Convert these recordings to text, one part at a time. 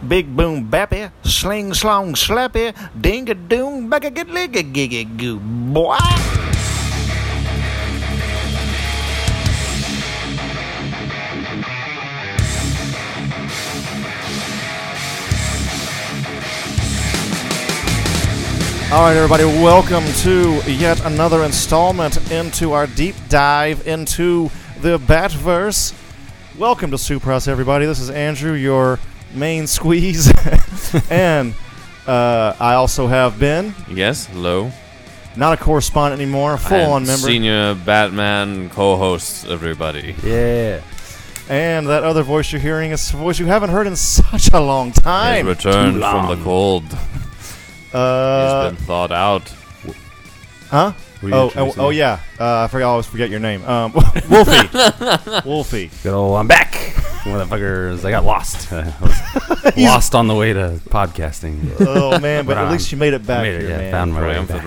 Big boom bappy, sling slong slappy, ding a doom, back a good leg a giggy goo, boy. All right, everybody, welcome to yet another installment into our deep dive into the Batverse. Welcome to Supras, everybody. This is Andrew, your main squeeze, and uh, I also have been Yes, hello. not a correspondent anymore, a I am full-on member, Senior Batman co-host, everybody. Yeah. and that other voice you're hearing is a voice you haven't heard in such a long He's time. returned from too long. the cold. uh, He's been thawed out. huh? Oh, oh, oh yeah. Uh, I forgot. I always forget your name. Um, Wolfie. Wolfie. Good old, I'm back, motherfuckers. I got lost. I was lost on the way to podcasting. Oh man, but um, at Right. least you made it back Made it, here, yeah, man. found my way Triumphant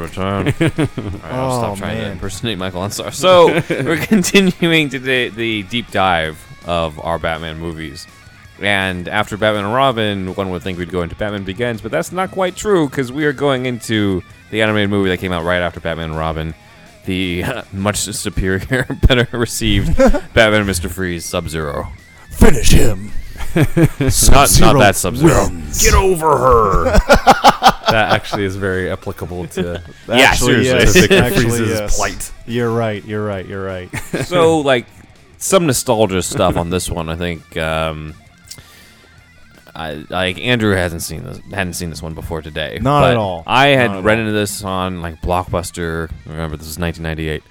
back. return. Alright, I'll Oh, stop trying man. to impersonate Michael Ansar. So we're continuing today the deep dive of our Batman movies. And after Batman and Robin, one would think we'd go into Batman Begins, but that's not quite true because we are going into the animated movie that came out right after Batman and Robin, the much superior, better received Batman and Mr. Freeze Sub Zero. Finish him. Not, not Sub-Zero that Sub Zero. wins. Get over her. that actually is very applicable to Yeah, Actually, seriously. yes. Victor Actually, Freeze's yes. plight. You're right. You're right. You're right. so like some nostalgia stuff on this one. I think um, I like Andrew hasn't seen this hadn't seen this one before today. Not at but all. I Not at had rented all. this on like Blockbuster. Remember this is 1998.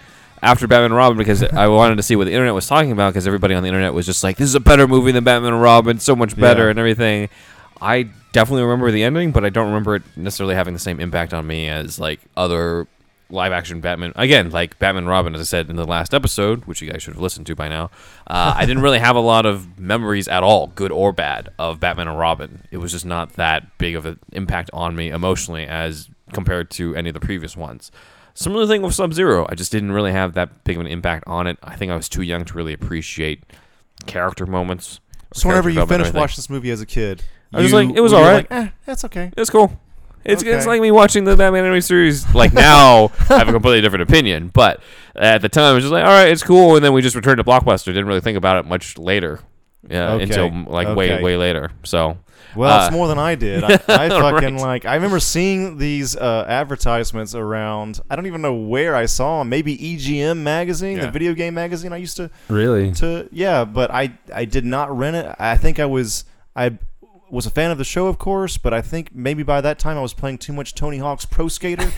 After Batman and Robin, because I wanted to see what the internet was talking about, because everybody on the internet was just like, "This is a better movie than Batman and Robin, so much better," Yeah. and everything. I definitely remember the ending, but I don't remember it necessarily having the same impact on me as like other live action Batman. Again, like Batman and Robin, as I said in the last episode, which you guys should have listened to by now. Uh, I didn't really have a lot of memories at all, good or bad, of Batman and Robin. It was just not that big of an impact on me emotionally as compared to any of the previous ones. Similar thing with Sub Zero. I just didn't really have that big of an impact on it. I think I was too young to really appreciate character moments. So whenever character you development, finished everything. watching this movie as a kid, I was you like, it was were all Uh, like, eh, that's okay. It's cool. It's, it's Okay. like me watching the Batman anime series. Like now, I have a completely different opinion. But at the time, it was just like, all right, it's cool. And then we just returned to Blockbuster. Didn't really think about it much later. Yeah, Okay. until like way Okay. way later. So Well, it's Uh, more than I did. I, I fucking Right. like. I remember seeing these uh, advertisements around. I don't even know where I saw them. Maybe EGM magazine, Yeah. the video game magazine I used to Really? to. Yeah, but I I did not rent it. I think I was I was a fan of the show, of course, but I think maybe by that time I was playing too much Tony Hawk's Pro Skater.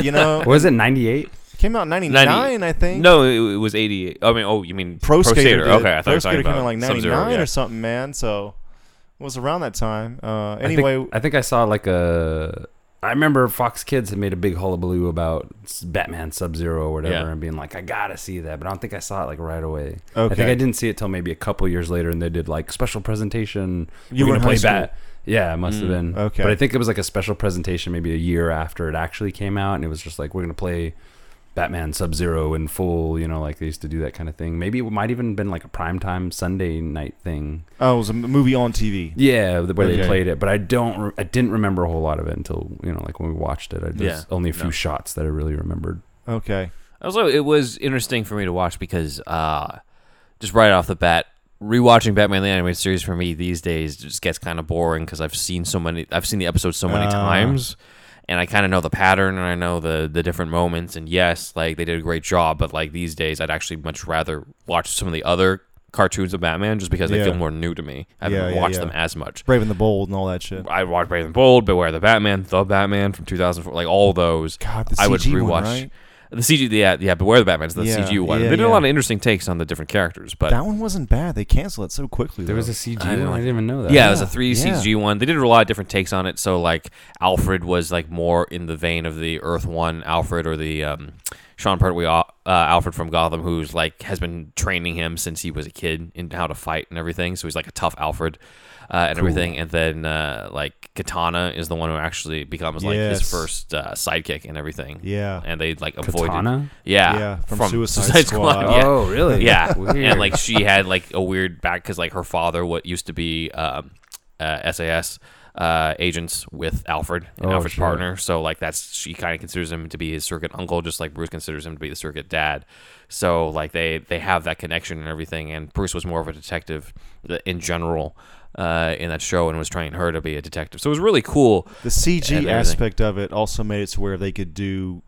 you know, Was it 98? It came out in '99, I think. no, it, it was eighty. I mean, oh, you mean Pro, Skater. did. Okay, I thought you Pro Skater were talking came about out like Sub-Zero, '99 yeah. or something, man. So it was around that time. Uh, I think- anyway, I think, I saw like a. I remember Fox Kids had made a big hullabaloo about s- Batman Sub Zero or whatever, Yeah. and being like, "I gotta see that," but I don't think I saw it like right away. I Okay. think I didn't see it till maybe a couple years later, and they did like special presentation. You We're were gonna in high Bat- Yeah, it must have been. okay. but I think it was like a special presentation maybe a year after it actually came out, and it was just like we're gonna play Batman Sub Zero in full. You know, like they used to do that kind of thing. Maybe it might even been like a primetime Sunday night thing. oh, it was a m- movie on TV. Yeah, the way Okay. they played it, but I don't. Re- I didn't remember a whole lot of it until you know, like when we watched it. I, there's Yeah, only a few no. shots that I really remembered. Okay. Also, it was interesting for me to watch because uh, just right off the bat, rewatching Batman the animated series for me these days just gets kind of boring because I've seen so many, I've seen the episodes so many Ah. times, and I kind of know the pattern and I know the the different moments. And yes, like they did a great job, but like these days, I'd actually much rather watch some of the other cartoons of Batman just because they Yeah. feel more new to me. I haven't Yeah, yeah, watched yeah. them as much. Brave and the Bold and all that shit. I watched Brave and the Bold, Beware the Batman, The Batman from 2004, like all those. God, the I would CG one, rewatch right? the CG. Yeah, yeah. Beware the Batman's the Yeah, CG one. yeah, they did yeah. a lot of interesting takes on the different characters, but That one wasn't bad. They canceled it so quickly. There was though. a CG. I I didn't didn't, like- even know that. yeah, it was a Yeah, three yeah. CG one. They did a lot of different takes on it. So like Alfred was like more in the vein of the Earth One Alfred or the um, Sean Pertwee uh, Alfred from Gotham, who's like has been training him since he was a kid in how to fight and everything. So he's like a tough Alfred. Uh, and everything, and then uh, like Katana is the one who actually becomes like his Yes. first uh, sidekick and everything. Yeah. and they like avoided Katana. Yeah, Yeah, from Suicide Squad. yeah. Oh, really? Yeah, Weird. and like she had like a weird back because like her father what used to be um, uh, SAS uh, agents with Alfred, and Oh, Alfred's sure. partner. So like that's she kind of considers him to be his circuit uncle, just like Bruce considers him to be the circuit dad. So like they they have that connection and everything. And Bruce was more of a detective th- in general uh, in that show, and was trying her to be a detective. So it was really cool. The And CG everything. aspect of it also made it to where they could do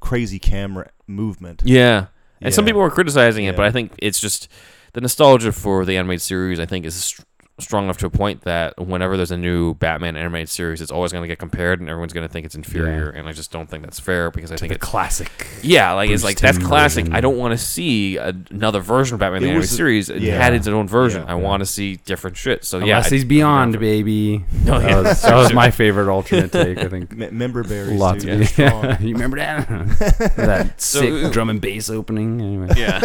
crazy camera movement. Yeah. And some Yeah. people were criticizing it, but Yeah. I think it's just the nostalgia for the animated series. I think is str strong enough to a point that whenever there's a new Batman animated series, it's always going to get compared, and everyone's going to think it's inferior. And I just don't think that's fair because I think the it's classic. yeah, like it's Bruce like that's Timm classic. version. I don't want to see another version of Batman the It animated was- series. It yeah. had its own version. Yeah. I want to see different shit. So yeah, Unless I- he's beyond, Oh, baby. No, that, Oh, yeah. was, that was my favorite alternate take. I think M- member berries. lots dude, of they're yeah. strong. you remember that that So- sick drum and bass opening. Anyway, yeah.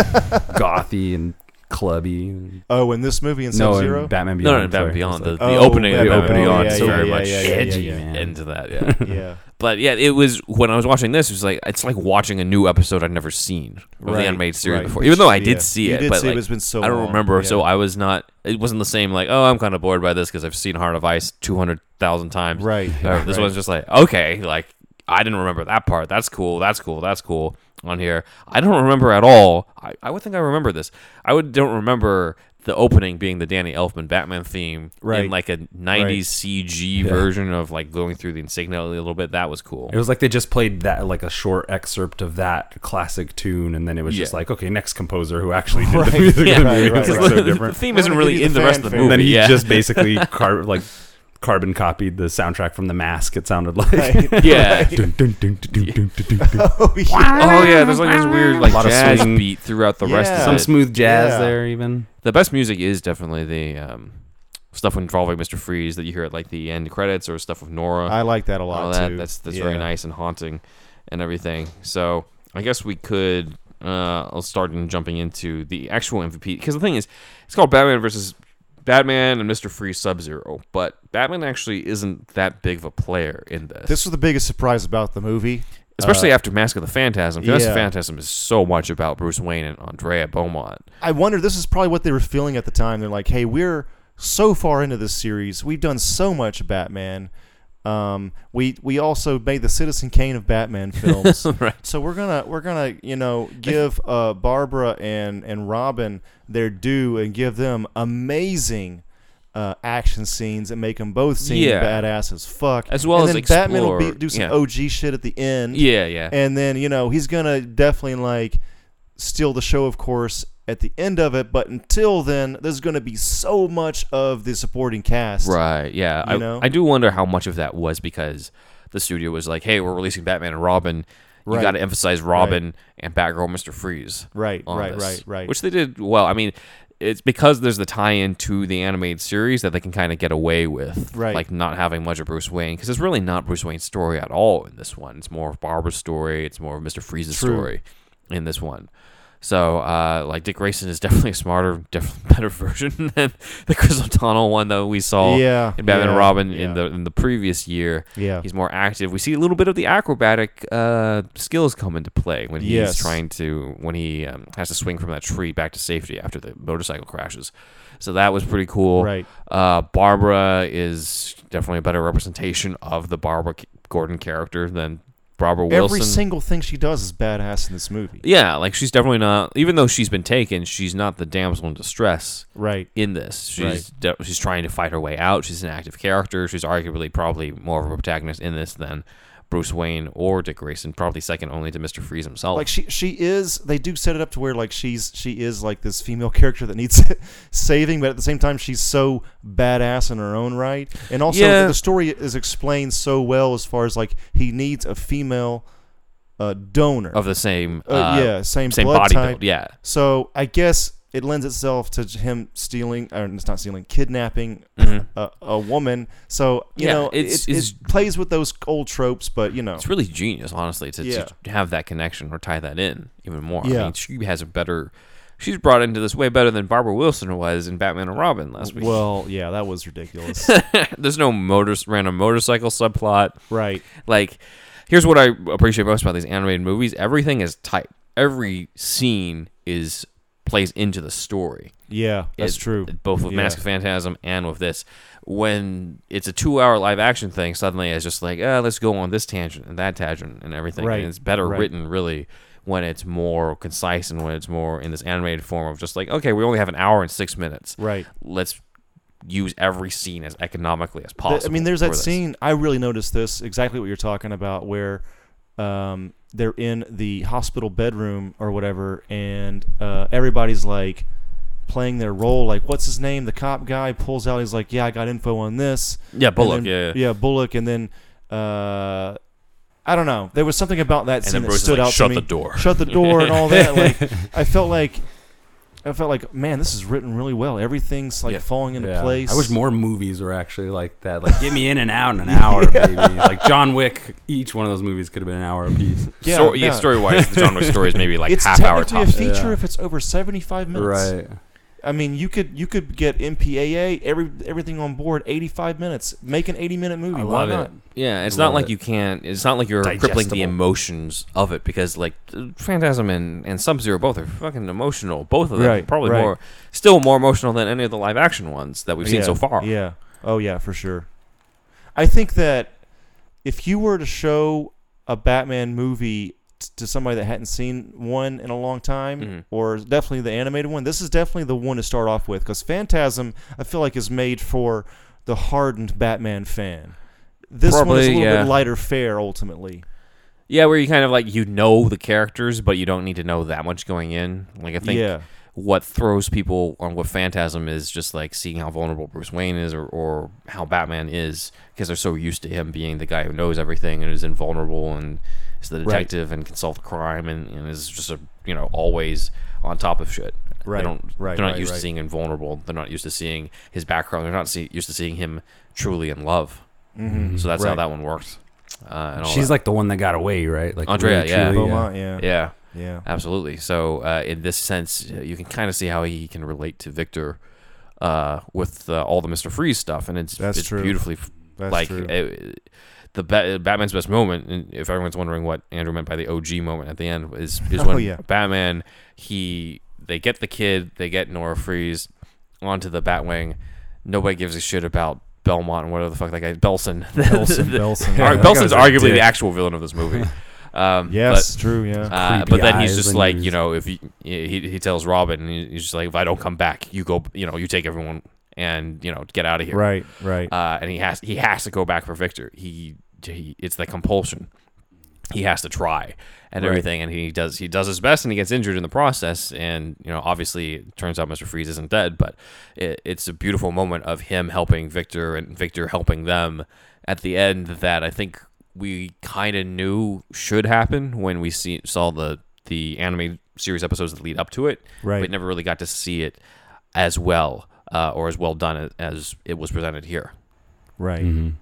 gothy and clubby. Oh, in this movie in Sub No, Zero? and Batman No, Beyond. no, no, Batman sorry. Beyond. It's The, like- the Oh, opening of Batman Batman Beyond Beyond, is yeah, very yeah, much yeah, yeah, edgy yeah, yeah. into that. Yeah. yeah. But yeah, it was when I was watching this. It was like it's like watching a new episode I'd never seen of the Right, animated series right. before. Even though I did Yeah. see You it, did but see it, like, but it's been so I don't long, remember. So yeah. I was not. It wasn't the same. Like oh, I'm kind of bored by this because I've seen Heart of Ice two hundred thousand times. Right. Uh, this right. one's just like okay, like I didn't remember that part. That's cool. That's cool. That's cool. On here, I don't remember at all. I, I would think I remember this. I would don't remember the opening being the Danny Elfman Batman theme Right. in like a '90s CG version of like going through the insignia a little bit. That was cool. It was like they just played that like a short excerpt of that classic tune, and then it was just Yeah. like, okay, next composer who actually did the Right, music. yeah, of the right, movie. right, It's like right. so The different. theme We're isn't gonna really give you in the the rest of the fanfare. And movie. And then he yeah. just basically car- like carbon copied the soundtrack from The Mask. It sounded like. Right. yeah. Dun, dun, dun, dun, dun, dun, dun, dun. Oh, yeah. Oh yeah, there's like this weird like lot of jazz swing. beat throughout the rest. Yeah. of Some it. smooth jazz Yeah. there, even. the best music is definitely the um, stuff involving Mr. Freeze that you hear at like the end credits or stuff with Nora. I like that a lot, all Oh, that. too. That's that's yeah. very nice and haunting, and everything. So I guess we could. Uh, I'll start in jumping into the actual MVP because the thing is, it's called Batman versus Batman and Mister Freeze Sub Zero, but Batman actually isn't that big of a player in this, This was the biggest surprise about the movie. especially after Mask of the Phantasm. 'cause Mask of the yeah. Phantasm is so much about Bruce Wayne and Andrea Beaumont. I wonder this is probably what they were feeling at the time. They're like, "Hey, we're so far into this series. We've done so much Batman. Um, we we also made the Citizen Kane of Batman films. Right. So we're gonna we're gonna you know give uh, Barbara and and Robin their due and give them amazing." Uh, action scenes and make them both seem Yeah. badass as fuck. As well and as then Batman will be, explore- do some yeah. OG shit at the end Yeah, yeah. and then you know he's gonna definitely like steal the show of course at the end of it but until then there's gonna be so much of the supporting cast Right. Yeah. You I, know? I do wonder how much of that was because the studio was like, "Hey, we're releasing Batman and Robin. You Right. got to emphasize Robin and Batgirl, Mister Freeze." right on right this, right right Which they did well. I mean, it's because there's the tie-in to the animated series that they can kind of get away with, Right. Like not having much of Bruce Wayne because it's really not Bruce Wayne's story at all in this one. It's more of Barbara's story. It's more of Mister Freeze's True. story in this one. So, uh, like Dick Grayson is definitely a smarter, def- better version than the Chris O'Donnell one that we saw yeah in Batman yeah, and Robin yeah, in the in the previous year. yeah He's more active. We see a little bit of the acrobatic uh, skills come into play when he's Yes. trying to when he um, has to swing from that tree back to safety after the motorcycle crashes. So that was pretty cool. right Uh, Barbara is definitely a better representation of the Barbara C- Gordon character than Barbara Wilson. every single thing she does is badass in this movie yeah, like she's definitely not. Even though she's been taken, she's not the damsel in distress right in this. She's Right. de- she's trying to fight her way out. She's an active character. She's arguably probably more of a protagonist in this than Bruce Wayne or Dick Grayson, probably second only to Mister Freeze himself. like she she is they do set it up to where like she's she is like this female character that needs saving but at the same time she's so badass in her own right and also Yeah. the story is explained so well as far as like he needs a female uh, donor of the same, uh, uh, yeah same, same blood body type build. Yeah, so i guess it lends itself to him stealing or it's not stealing kidnapping Mhm. a, a woman so you Yeah, know it's- it, it's- it plays with those old tropes but you know it's really genius, honestly, to, Yeah. to have that connection or tie that in even more. I Yeah. mean, she has a better. She's brought into this way better than Barbara Wilson was in Batman and Robin last week. well yeah that was ridiculous There's no motor, random motorcycle subplot. right Like, here's what I appreciate most about these animated movies: everything is tight. Every scene is plays into the story. Yeah, that's it- true. Both with Yeah. Mask of Phantasm and with this. When it's a two hour live action thing, suddenly it's just like, ah, let's go on this tangent and that tangent and everything. Right, And it's better right. written, really, when it's more concise and when it's more in this animated form of just like, okay, we only have an hour and six minutes. Right. Let's use every scene as economically as Th- possible. I mean, there's for that this. scene. I really noticed this exactly what you're talking about, where um, they're in the hospital bedroom or whatever, and uh, everybody's like playing their role. Like, what's his name? The cop guy pulls out. He's like, "Yeah, I got info on this." Yeah, Bullock. And yeah. then- yeah, Bullock, and then. Uh, I don't know. There was something about that And scene then that Bruce is stood like, out shut to me. the door. Shut the door and all that. Like, I felt like, I felt like, man, this is written really well. Everything's like Yeah. falling into Yeah. place. I wish more movies were actually like that. Like, get me in and out in an hour, baby. Like John Wick. Each one of those movies could have been an hour apiece. Yeah, Story- yeah, no. story wise, the genre story is maybe like it's half hour technically a tops. feature Yeah. if it's over 75 minutes. Right. I mean, you could you could get MPAA every everything on board 85 minutes. Make an 80 minute movie. I Why love not? it. Yeah, it's not Love like it. you can't. It's not like you're crippling the Digestible. emotions of it because like Phantasm and, and Sub Zero both are fucking emotional. Both of them Right, probably right. more, still more emotional than any of the live action ones that we've seen Yeah, so far. Yeah. Oh yeah, for sure. I think that if you were to show a Batman movie t- to somebody that hadn't seen one in a long time, Mhm. or definitely the animated one, this is definitely the one to start off with because Phantasm, I feel like, is made for the hardened Batman fan. This one is Probably, a little yeah. bit lighter fare ultimately. Yeah, where you kind of like you know the characters, but you don't need to know that much going in. Like I think yeah. what throws people on what Phantasm is just like seeing how vulnerable Bruce Wayne is or, or how Batman is because they're so used to him being the guy who knows everything and is invulnerable and is the Right. detective and can solve crime and, and is just a you know always on top of shit. Right, They don't, right, they're not right, used right. to seeing invulnerable. They're not used to seeing his background. They're not see, used to seeing him truly in love. Mm-hmm. So that's how Right. that one works. Uh, and all She's that. like the one that got away, right? Like Andrea, yeah. truly, Beaumont, yeah. yeah. yeah. Yeah. Absolutely. So, uh, in this sense, uh, you can kind of see how he can relate to Victor uh, with uh, all the Mister Freeze stuff, and it's That's it's true. beautifully f- That's like uh, true. it- the ba- Batman's best moment. And if everyone's wondering what Andrew meant by the OG moment at the end, is is Oh, when yeah. Batman he they get the kid, they get Nora Freeze onto the Batwing. Nobody gives a shit about Belmont and whatever the fuck that guy Belson. Belson, Belson. Ar- Yeah, that guy Belson's was a arguably dick. the actual villain of this movie. Um, but- yes, true, yeah. uh, creepy but then he's eyes just when like, he you know, if he, he he tells Robin, and he- he's just like, if I don't come back, you go, you know, you take everyone and you know get out of here. Right, right. Uh, and he has he has to go back for Victor. He, he it's the compulsion. He has to try and Right. everything, and he does he does his best, and he gets injured in the process. And you know, obviously, it turns out Mister Freeze isn't dead, but it, it's a beautiful moment of him helping Victor and Victor helping them at the end. That I think we kind of knew should happen when we see saw the the anime series episodes that lead up to it right. but never really got to see it as well uh, or as well done a- as it was presented here. Right. Mhm.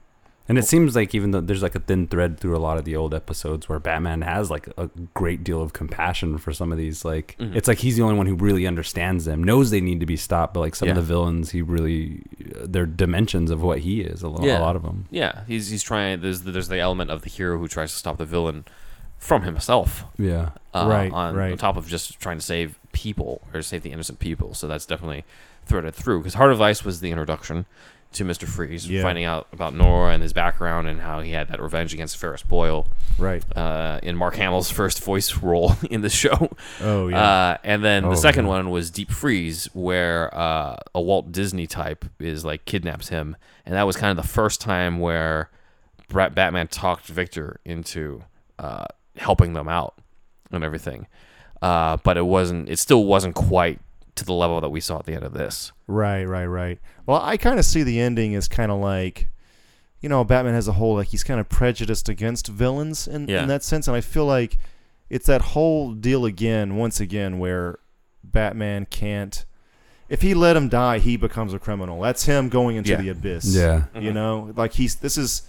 And it seems like even though there's like a thin thread through a lot of the old episodes where Batman has like a great deal of compassion for some of these, like Mhm. it's like he's the only one who really understands them, knows they need to be stopped, but like some of Yeah. the villains, he really uh, their dimensions of what he is, a, lo- Yeah. a lot of them. Yeah, he's he's trying. There's the, there's the element of the hero who tries to stop the villain from himself, Yeah, uh, Right, On, right. on top of just trying to save people or save the innocent people. So that's definitely threaded through. Because Heart of Ice was the introduction to Mister Freeze, Yeah. finding out about Nora and his background and how he had that revenge against Ferris Boyle Right. uh, in Mark Hamill's first voice role in the show. Oh Uh, and then Oh, the second yeah. one was Deep Freeze, where uh, a Walt Disney type is like kidnaps him, and that was kind of the first time where Brat Batman talked Victor into uh, helping them out and everything. Uh, but it wasn't. It still wasn't quite to the level that we saw at the end of this. right, right, right. Well, I kind of see the ending as kind of like, you know, Batman as a whole, like he's kind of prejudiced against villains in, Yeah. in that sense. And I feel like it's that whole deal again, once again, where Batman can't. If he let him die, he becomes a criminal. That's him going into Yeah. Mm-hmm. the abyss. yeah, You know, like he's this is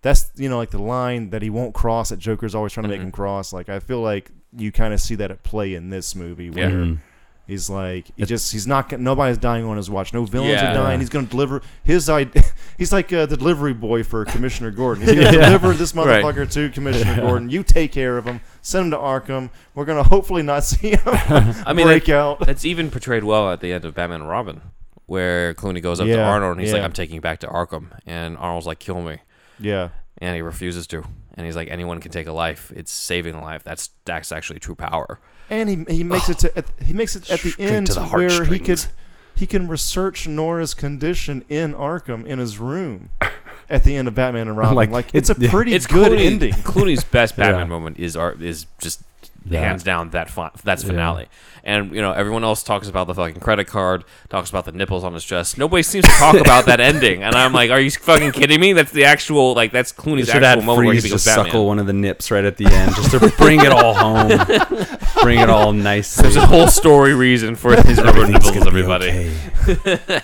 that's you know like the line that he won't cross that Joker's always trying to make Mhm. him cross. Like I feel like you kind of see that at play in this movie Yeah. where Mhm. He's like he just he's not gonna- nobody's dying on his watch. No villains Yeah. are dying. He's going to deliver his idea. He's like uh, the delivery boy for Commissioner Gordon. He's going to Yeah. deliver this Right. motherfucker to Commissioner Gordon. You take care of him. Send him to Arkham. We're going to hopefully not see him I mean, break that- out. that's even portrayed well at the end of Batman and Robin, where Clooney goes up to Yeah, Arnold and he's like, yeah. "I'm taking you back to Arkham," and Arnold's like, "Kill me," Yeah. and he refuses to, and he's like, "Anyone can take a life. It's saving a life. That's that's actually true power." And he, he makes it to at, he makes it at the Straight to end the where he could heartstrings. he can research Nora's condition in Arkham in his room at the end of Batman and Robin. Like, Like, it's a yeah. pretty good Clooney- ending. Clooney's best Yeah. Batman moment is art is just That. hands down that fi- that's Yeah. finale. And you know everyone else talks about the fucking credit card, talks about the nipples on his chest. Nobody seems to talk about that ending. And I'm like, are you fucking kidding me? That's the actual like that's Clooney's Should actual have moment where he freeze becomes just Batman. suckle one of the nips right at the end, just to bring it all home, bring it all nicely. There's a whole story reason for his rubber Everything's nipples, gonna be everybody. okay.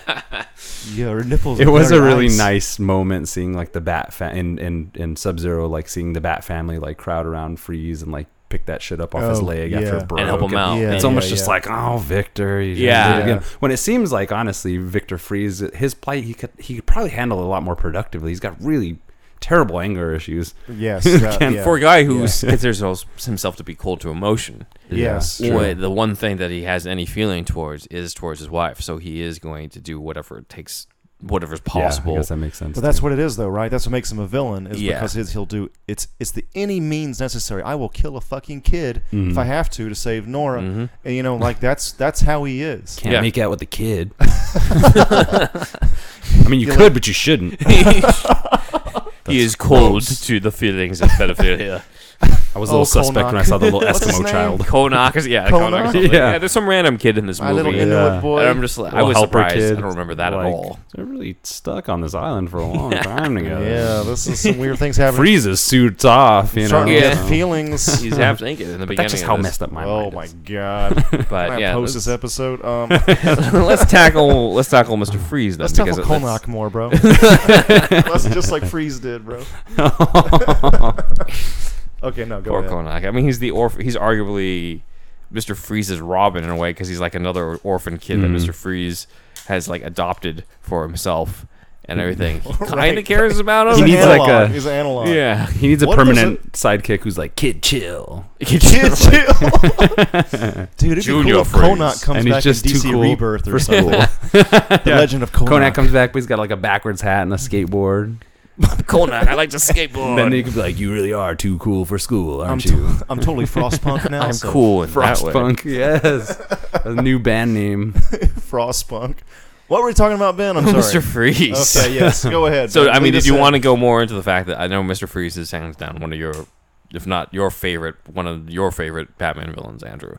Yeah, her nipples. It are was a very really nice. nice moment seeing like the Bat fa- and and and Sub Zero like seeing the Bat family like crowd around Freeze and like pick that shit up off his Oh, leg yeah. after And it broke. And help him out. Yeah, It's yeah, almost just yeah. like, oh, Victor. you Yeah. did it again. Yeah. When it seems like honestly, Victor Freeze, his plight, he could he could probably handle a lot more productively. He's got really terrible anger issues. Yes. that- Ken yeah. For a guy who Yeah. considers himself to be cold to emotion, Yes. Yeah. true. Well, the one thing that he has any feeling towards is towards his wife. So he is going to do whatever it takes, whatever's Yeah, possible. I guess that makes sense. Well, that's what it is, though, right? That's what makes him a villain, is Yeah. because his, he'll do it's it's the any means necessary. I will kill a fucking kid Mm-hmm. if I have to to save Nora, and you know, like that's that's how he is. Can't Yeah. make out with the kid. I mean, you You're could, but you shouldn't. Mm-hmm. he is cold to the feelings of pedophilia. I was a Oh, little suspect Kolnak. when I saw the little What's his Eskimo name? child. Konak is yeah, Konak. Konak? or something. Yeah. yeah, there's some random kid in this My little movie. in- Inuit Yeah. boy. and I'm just like, I Little was helper surprised. kid. I don't remember that Like, at all. They're really stuck on this island for a long time together. yeah, this is some weird things happening. Freezes suits off, you know. Starting to Yeah. get feelings. He's half naked in the beginning. That's just of how this. messed up my oh mind my is. god! But I yeah, post let's, this episode. Um, let's tackle let's tackle Mr. Freeze then let's tackle because it- let's- Kolnak more, bro. Let's just like Freeze did, bro. okay, no, go Poor ahead. Konak. I mean, he's the orph He's arguably Mr. Freeze's Robin in a way because he's like another orphan kid that Mm-hmm. Mhm. Mr. Freeze has like adopted for himself and everything. He kind of Mm-hmm. Right. cares about him. He's He an needs, like, analog. a- He's an analog. yeah. He needs a What permanent sidekick who's like, kid, chill. Kid Jill. Dude, it'd be Junior cool if Freeze. Konak comes And he's back just in too DC cool Rebirth or for something. school. The Yeah. Legend of Konak. Konak comes back, but he's got like a backwards hat and a skateboard. Konak, I like to skateboard. Then he could be like, you really are too cool for school, I'm, aren't to- you? I'm totally Frostpunk now. I'm so- cool in that way. Frostpunk, yes. A new band name. Frostpunk. What were we talking about, Ben? I'm Mr. sorry. Freeze. Okay, yes. Go ahead. So Ben. I mean, Lead did us you in. want to go more into the fact that I know Mr. Freeze is hands down one of your, if not your favorite, one of your favorite Batman villains, Andrew.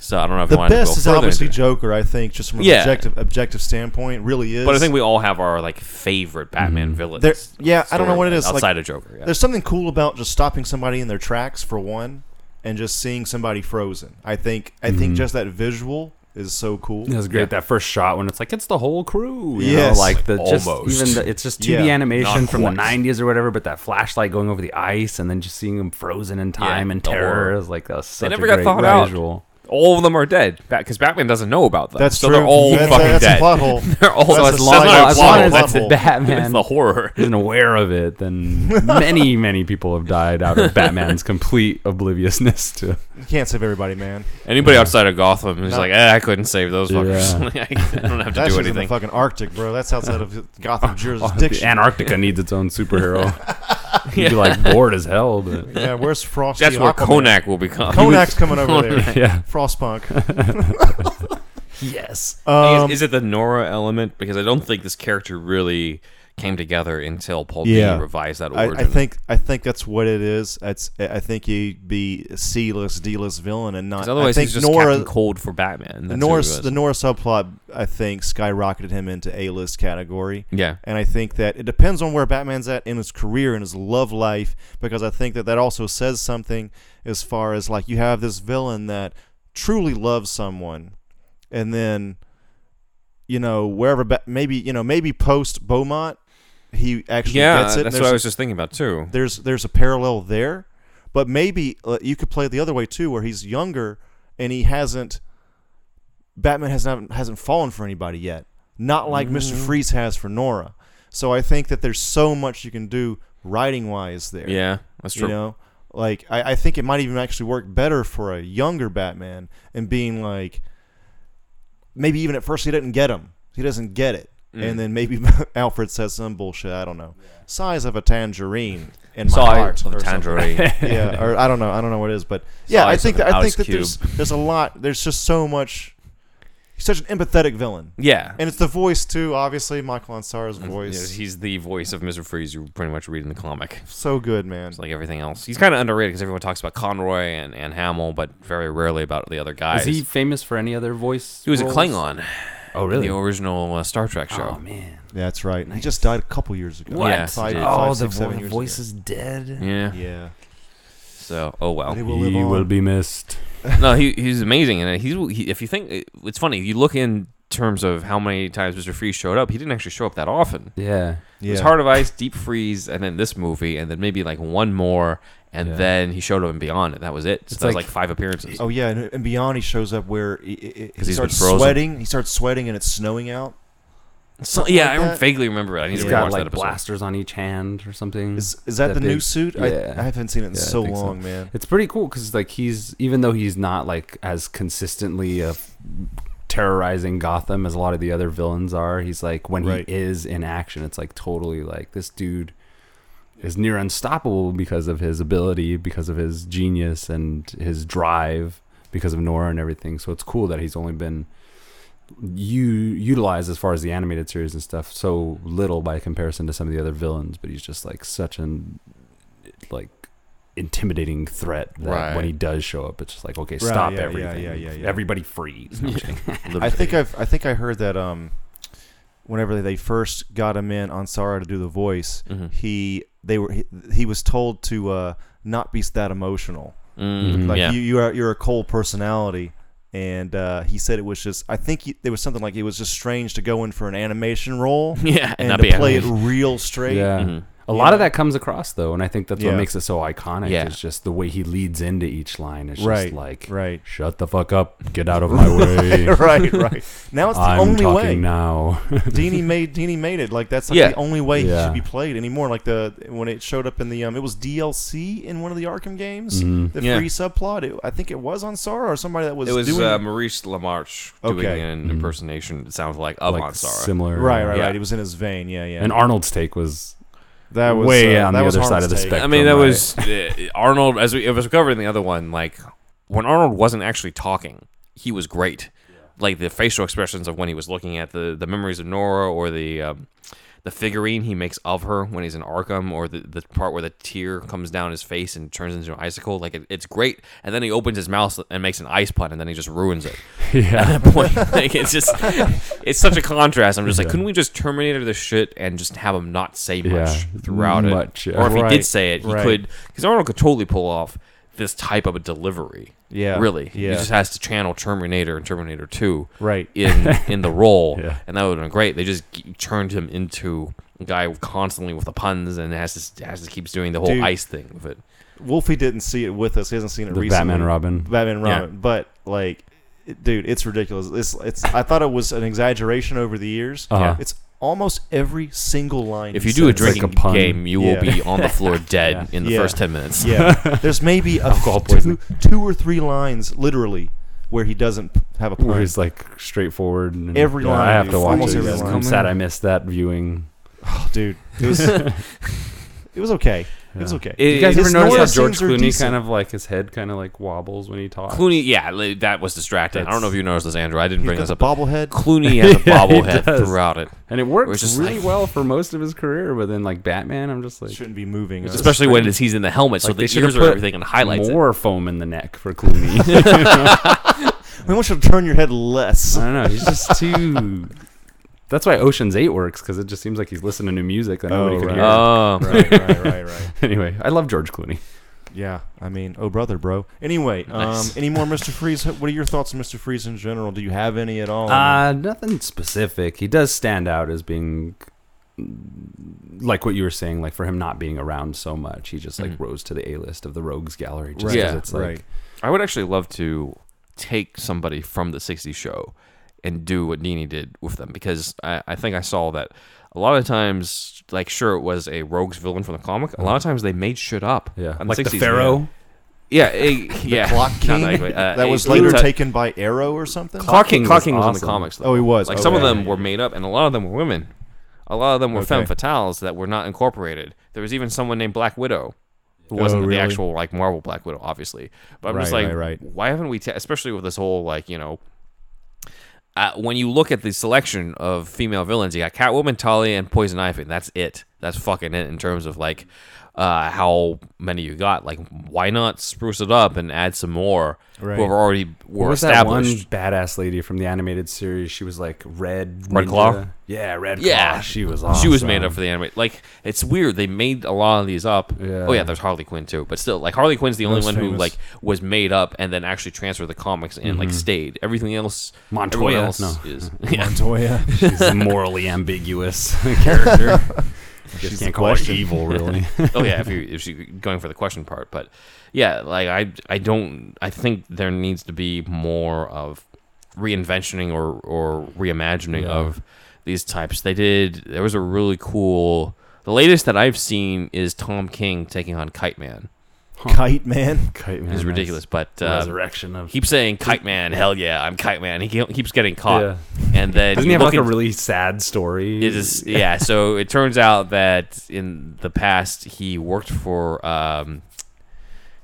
So I don't know if you The want to go best is further obviously into it. Joker. I think, just from an Yeah. objective objective standpoint, really is. But I think we all have our like favorite Batman villains. Mm-hmm. There- yeah, I don't know what it storyline is, like- outside of Joker. Yeah. There's something cool about just stopping somebody in their tracks for one, and just seeing somebody frozen. I think I think just that visual is so cool. It was great Mm-hmm. Yeah. that first shot when it's like it's the whole crew. You Yes. know, like the just Almost. even the, it's just 2D Yeah. animation Not from the quite. 90s or whatever, but that flashlight going over the ice and then just seeing them frozen in time and the horror. terror is like that was such never a got great thought out. visual. all of them are dead because Batman doesn't know about them. That's so true. They're all that's fucking that's dead. a plot hole. They're all That's that's a solid plot not a plot as long hole, as that's hole. a- It's Batman the horror. isn't aware of it, then many many people have died out of Batman's complete obliviousness to. You can't save everybody, man. Anybody outside of Gotham is No. like, eh, I couldn't save those fuckers. Yeah. Like, I don't That's have to do just in the anything. fucking Arctic, bro. That's outside of Gotham The jurisdiction. Antarctica needs its own superhero. You'd be like bored as hell, but yeah, where's Frosty? That's where Aquaman? Konak will become. Konak's coming over there. yeah. Frostpunk. Yes. Um, is, is it the Nora element? Because I don't think this character really came together until Paul Yeah. D revised that I, origin. I think I think that's what it is. It's, I think he'd be C list, D list villain, and not. 'Cause otherwise, I think he's just Nora, Captain Cold for Batman. the That's Nora, who he was. the Nora subplot, I think skyrocketed him into A list category. yeah. And I think that it depends on where Batman's at in his career and his love life, because I think that that also says something as far as like you have this villain that truly loves someone, and then, you know, wherever ba- maybe you know maybe post Beaumont, he actually Yeah, gets it. and that's there's what I was just thinking about too. there's there's a parallel there, but maybe uh, you could play it the other way too, where he's younger and he hasn't Batman has not hasn't fallen for anybody yet. Not like Mister Mhm. Freeze has for Nora. So I think that there's so much you can do writing wise there. Yeah, that's You true. know, like I, I think it might even actually work better for a younger Batman and being like, maybe even at first he doesn't get him, he doesn't get it, Mm. and then maybe Alfred says some bullshit. I don't know. Size of a tangerine in my Sorry, heart. or something. tangerine. yeah, or I don't know, I don't know what it is, but yeah, I Size think of that an I think ice that there's there's a lot. There's just so much. He's such an empathetic villain, yeah. and it's the voice too. Obviously, Michael Ansara's He's- voice, He's the voice of Mr. Freeze you pretty much read in the comic. so good, man. It's like everything else. He's kind of underrated because everyone talks about Conroy and, and Hamill, but very rarely about the other guys. Is he famous for any other voice? He was a roles? Klingon. Oh, in really? The original uh, Star Trek show. Oh man. That's right. He just died a couple years ago. What? Yeah, Yes, he did. oh, five, the six, seven vo- years voice is Oh, dead. yeah. ago. Yeah. So, oh well. But it he live will on. be missed. no, he, he's amazing, and he's he, if you think it's funny, you look in terms of how many times Mr. Freeze showed up. He didn't actually show up that often. Yeah. It was Yeah. Heart of Ice, Deep Freeze, and then this movie, and then maybe like one more, and Yeah. then he showed up and beyond, and that was it. So It's that was like- like five appearances. Oh yeah, and, and beyond he shows up where he, he, he 'Cause he's been starts frozen. sweating. He starts sweating and it's snowing out. so, yeah, like I that. vaguely remember it. I need He's to got watch that like episode. blasters on each hand or something. Is is that, That the new big- suit? yeah. I, I haven't seen it in Yeah, I so think so. long, man. It's pretty cool because like he's even though he's not like as consistently uh, terrorizing Gotham as a lot of the other villains are, he's like when Right. he is in action, it's like totally like this dude is near unstoppable because of his ability, because of his genius and his drive, because of Nora and everything. So it's cool that he's only been you utilized as far as the animated series and stuff so little by comparison to some of the other villains, but he's just like such an like intimidating threat that Right. when he does show up, it's just like okay, Right, stop yeah, yeah, everything, yeah, yeah, yeah. everybody freeze. No, I'm kidding. I think I've I think I heard that um, whenever they first got him in Ansara to do the voice, Mhm. Mm-hmm. he they were he, he was told to uh, not be that emotional. Mm-hmm. Mm, Like yeah. you you are you're a cold personality. And uh, he said it was just. I think he, there was something like it was just strange to go in for an animation role yeah, and not to be play it angry. real straight. Yeah. Mhm. A Mm-hmm. lot of Yeah. that comes across though, and I think that's Yeah. what makes it so iconic. Yeah. Is just the way he leads into each line. It's Right, just like Right. shut the fuck up, get out of my way. right, right. Now it's the I'm only talking way. now. Dini made Dini made it. Like that's like Yeah. the only way he Yeah. should be played anymore. Like the when it showed up in the um, it was DLC in one of the Arkham games. Mhm. The Yeah. free subplot. It, I think it was on Sara or somebody that was. It was doing uh, Maurice LaMarche doing Okay. an Mhm. impersonation. It sounds like of like Ansara. similar, Oh, Right, right, Yeah. right. It was in his vein. Yeah, yeah. And Arnold's take was that was way uh, on that the was other side Harm's of the take. spectrum. I mean, that right? was uh, Arnold. As we it was covered in the other one, like when Arnold wasn't actually talking, he was great. Like the facial expressions of when he was looking at the the memories of Nora or the um, the figurine he makes of her when he's in Arkham, or the, the part where the tear comes down his face and turns into an icicle. Like it, it's great. And then he opens his mouth and makes an ice pun, and then he just ruins it. yeah. At that point, like it's just it's such a contrast. I'm just like, couldn't we just terminate this shit and just have him not say much Yeah, throughout much, it? yeah. Or if he Right, did say it, he right. could because Arnold could totally pull off this type of a delivery. Yeah, really. Yeah, He just has to channel Terminator and Terminator Two right. in in the role, Yeah. and that would have been great. They just g- turned him into a guy constantly with the puns and has to has to keeps doing the whole Dude. ice thing with it. Wolfie didn't see it with us. He hasn't seen it the recently. Batman Robin. Batman Yeah. Robin. But like, it- dude, it's ridiculous. It's it's. I thought it was an exaggeration over the years. Uh-huh. Yeah. It's almost every single line. If he you do a says. like a drinking pun. game, you will Yeah. be on the floor dead in the Yeah. first ten minutes. yeah, there's maybe a Alcohol two, poisoning. two or three lines literally where he doesn't p- have a Where point. he's like straightforward. And, Every Yeah, line, I have dude. to watch Almost it. every I'm line. sad I missed that viewing. Oh, dude, it was it was okay. It was Yeah. okay. It- You guys His ever notice how noise George scenes are Clooney decent. kind of like his head kind of like wobbles when he talks? Clooney, yeah, li- that was distracting. I don't know if That's- you noticed this, Andrew. I didn't He's bring got this the up. bobblehead. Clooney has a Yeah, he bobblehead does. throughout it, And it works just really like- well for most of his career, but then like Batman, I'm just like Shouldn't be moving. uh, especially when it's, he's in the helmet. so Like, the they should've ears are put everything and highlights it. more foam in the neck for Clooney. we want you to turn your head less. I don't know. He's just too. That's why Ocean's Eight works because it just seems like he's listening to music that nobody Oh, could right. hear. Oh, right, right, right, right. anyway, I love George Clooney. Yeah, I mean, oh brother, bro. Anyway, Nice. um, any more Mr. Freeze? What are your thoughts on Mr. Freeze in general? Do you have any at Oh, all? Uh, nothing specific. He does stand out as being like what you were saying, like for him not being around so much, he just like Mhm. rose to the A list of the Rogues Gallery. Just Mm-hmm. Right. 'cause Yeah, it's like right. I would actually love to take somebody from the 60s show and do what Nini did with them because I, I think I saw that a lot of times, like, sure, it was a rogues villain from the comic. A lot of times they made shit up. Yeah, on like the 60s, Pharaoh. man. Yeah, a, yeah. Clock Not King anyway, uh, that a- was later Luta- taken by Arrow or something. Clock King, Clock Clock King King was was on the awesome. comics. Oh, he was. Like some of Okay. them were made up, and a lot of them were women. A lot of them were femme Okay. fatales that were not incorporated. There was even someone named Black Widow, who wasn't Oh, really? the actual like Marvel Black Widow, obviously. But I'm just Right, like, right, right. why haven't we? ta especially with this whole like you know. Uh, when you look at the selection of female villains, you got Catwoman, Talia, and Poison Ivy. and That's it. That's fucking it in terms of like uh, how many you got. Like, why not spruce it up and add some more Right. who have already were What was that one established? badass lady from the animated series? She was like red, Red ninja. Claw? Yeah, red Yeah. claw. She was awesome. She was made up for the anime. Like it's weird they made a lot of these up. Yeah. Oh yeah, there's Harley Quinn too, but still like Harley Quinn's the only Most one who famous. like was made up and then actually transferred the comics and like stayed. Everything else, Montoya, everyone else Mm-hmm. no. is yeah. Montoya. She's a morally ambiguous character. Just She's can't the call her question. evil, really. oh yeah, if you if you going for the question part, but yeah, like I I don't I think there needs to be more of reinventioning or or reimagining Yeah. of these types. They did there was a really cool the latest that I've seen is Tom King taking on Kite Man. Kite Man. Kite It's Man, that's ridiculous, but the uh, resurrection of. keep saying Kite Man. Hell yeah, I'm Kite Man. He ke- keeps getting caught, Yeah. and then Doesn't you he have look like a in- really sad story? it is yeah. So it turns out that in the past he worked for um,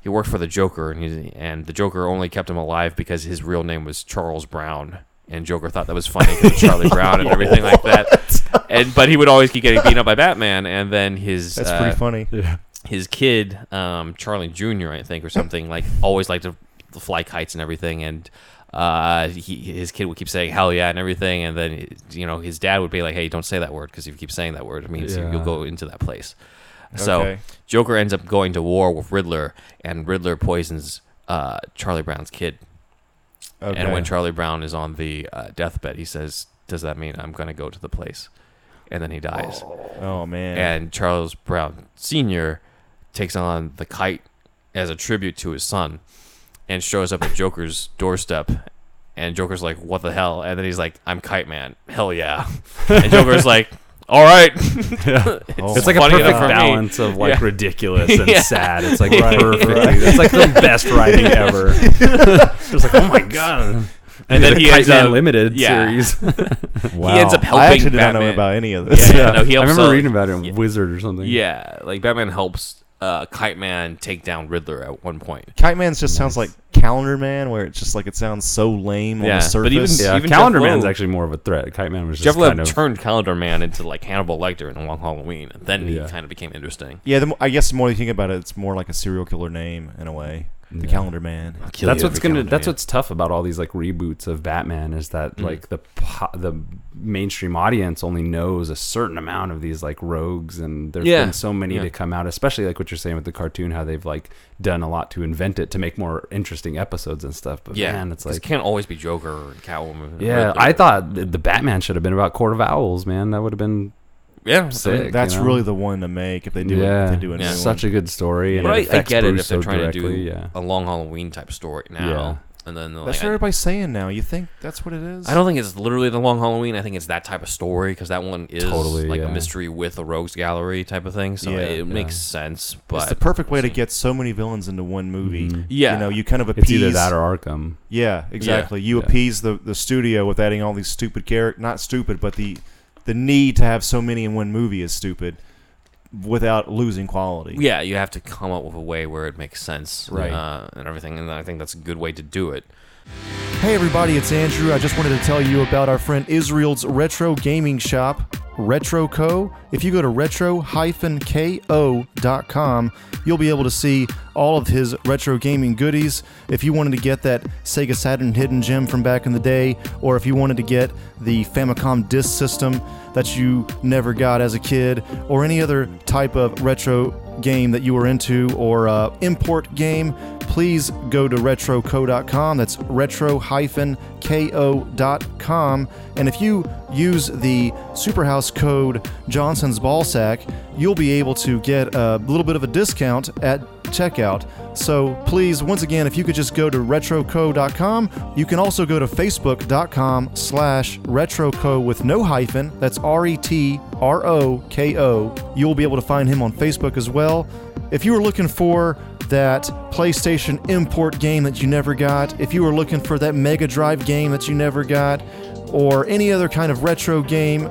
he worked for the Joker, and he, and the Joker only kept him alive because his real name was Charles Brown, and Joker thought that was funny because Charlie Brown and everything like that. And but he would always keep getting beaten up by Batman, and then his That's uh, pretty funny. Yeah. his kid, um, Charlie Jr., I think, or something, like always liked to fly kites and everything. And uh, he, his kid would keep saying hell yeah and everything. And then, you know, his dad would be like, hey, don't say that word because if you keep saying that word, it means Yeah. you, will go into that place. So Okay. Joker ends up going to war with Riddler, and Riddler poisons uh, Charlie Brown's kid. Okay. And when Charlie Brown is on the uh, deathbed, he says, does that mean I'm going to go to the place? And then he dies oh man. and Charles Brown Sr. takes on the kite as a tribute to his son and shows up at Joker's doorstep. And Joker's like, what the hell? And then he's like, I'm Kite Man. Hell yeah. And Joker's like, all right. Oh, It's like a funny perfect enough for me. balance of like Yeah. ridiculous and Yeah. sad. It's like Right, perfectly. right. It's like the best writing ever. It's like, oh my god. And then the he Kite ends Man up- Limited yeah. series. wow. ends up I helping actually did not know Batman. about any of this. Yeah, yeah. No, he I helps remember out- reading about it in Yeah. Wizard or something. Yeah. Like, Batman helps uh, Kite Man take down Riddler at one point. Kite Man just sounds like Calendar Man, where it's just like it sounds so lame on Yeah, the surface. but even- Yeah, Even Calendar Jeff Man's Loeb- actually more of a threat. Kite Man was just Jeff Loeb kind of turned Calendar Man into, like, Hannibal Lecter in Long Halloween. And then Yeah. he kind of became interesting. Yeah, the, mo- I guess the more you think about it, it's more like a serial killer name in a way. The Yeah. Calendar Man. that's what's gonna. That's what's tough about all these like reboots of Batman is that Mm. like the po- the mainstream audience only knows a certain amount of these like rogues, and there's Yeah. been so many Yeah. to come out. Especially like what you're saying with the cartoon, how they've like done a lot to invent it to make more interesting episodes and stuff. But Yeah, man, it's 'cause like it can't always be Joker and Catwoman. and yeah, Riddler. I thought th- the Batman should have been about Court of Owls, man. That would have been yeah, sick. sick. That's you know? really the one to make if they do it. If yeah, they do a new Yeah. one. such a good story. And But I, it I affects get it Bruce if they're so trying to do directly, yeah. a long Halloween type story now, Yeah. and then they're That's like, what I- everybody's saying now. You think that's what it is? I, don't think it's literally the long Halloween. I think it's that type of story because that one is Totally, like yeah. a mystery with a rogues gallery type of thing. So Yeah, it yeah. makes sense. It's But the perfect way to get so many villains into one movie. Mhm. Yeah. you know, you kind of appease. It's either that or Arkham. yeah, exactly. You yeah. appease the the studio with adding all these stupid characters. Not stupid, but the the need to have so many in one movie is stupid, without losing quality. yeah, you have to come up with a way where it makes sense, Right. Uh, and everything, and I think that's a good way to do it. Hey everybody, it's Andrew. I just wanted to tell you about our friend Israel's retro gaming shop, Retro Co. If you go to retro-ko.com, you'll be able to see all of his retro gaming goodies. If you wanted to get that Sega Saturn hidden gem from back in the day, or if you wanted to get the Famicom disk system that you never got as a kid, or any other type of retro game that you were into or uh, import game, please go to retroco.com. That's retro-ko.com. And if you use the Superhouse code Johnson's Ballsack, you'll be able to get a little bit of a discount at checkout. So please, once again, if you could just go to retroco.com, you can also go to facebook.com slash retroco with no hyphen. That's R E T R O K O. You'll be able to find him on Facebook as well. If you were looking for that PlayStation import game that you never got, if you were looking for that Mega Drive game that you never got, or any other kind of retro game,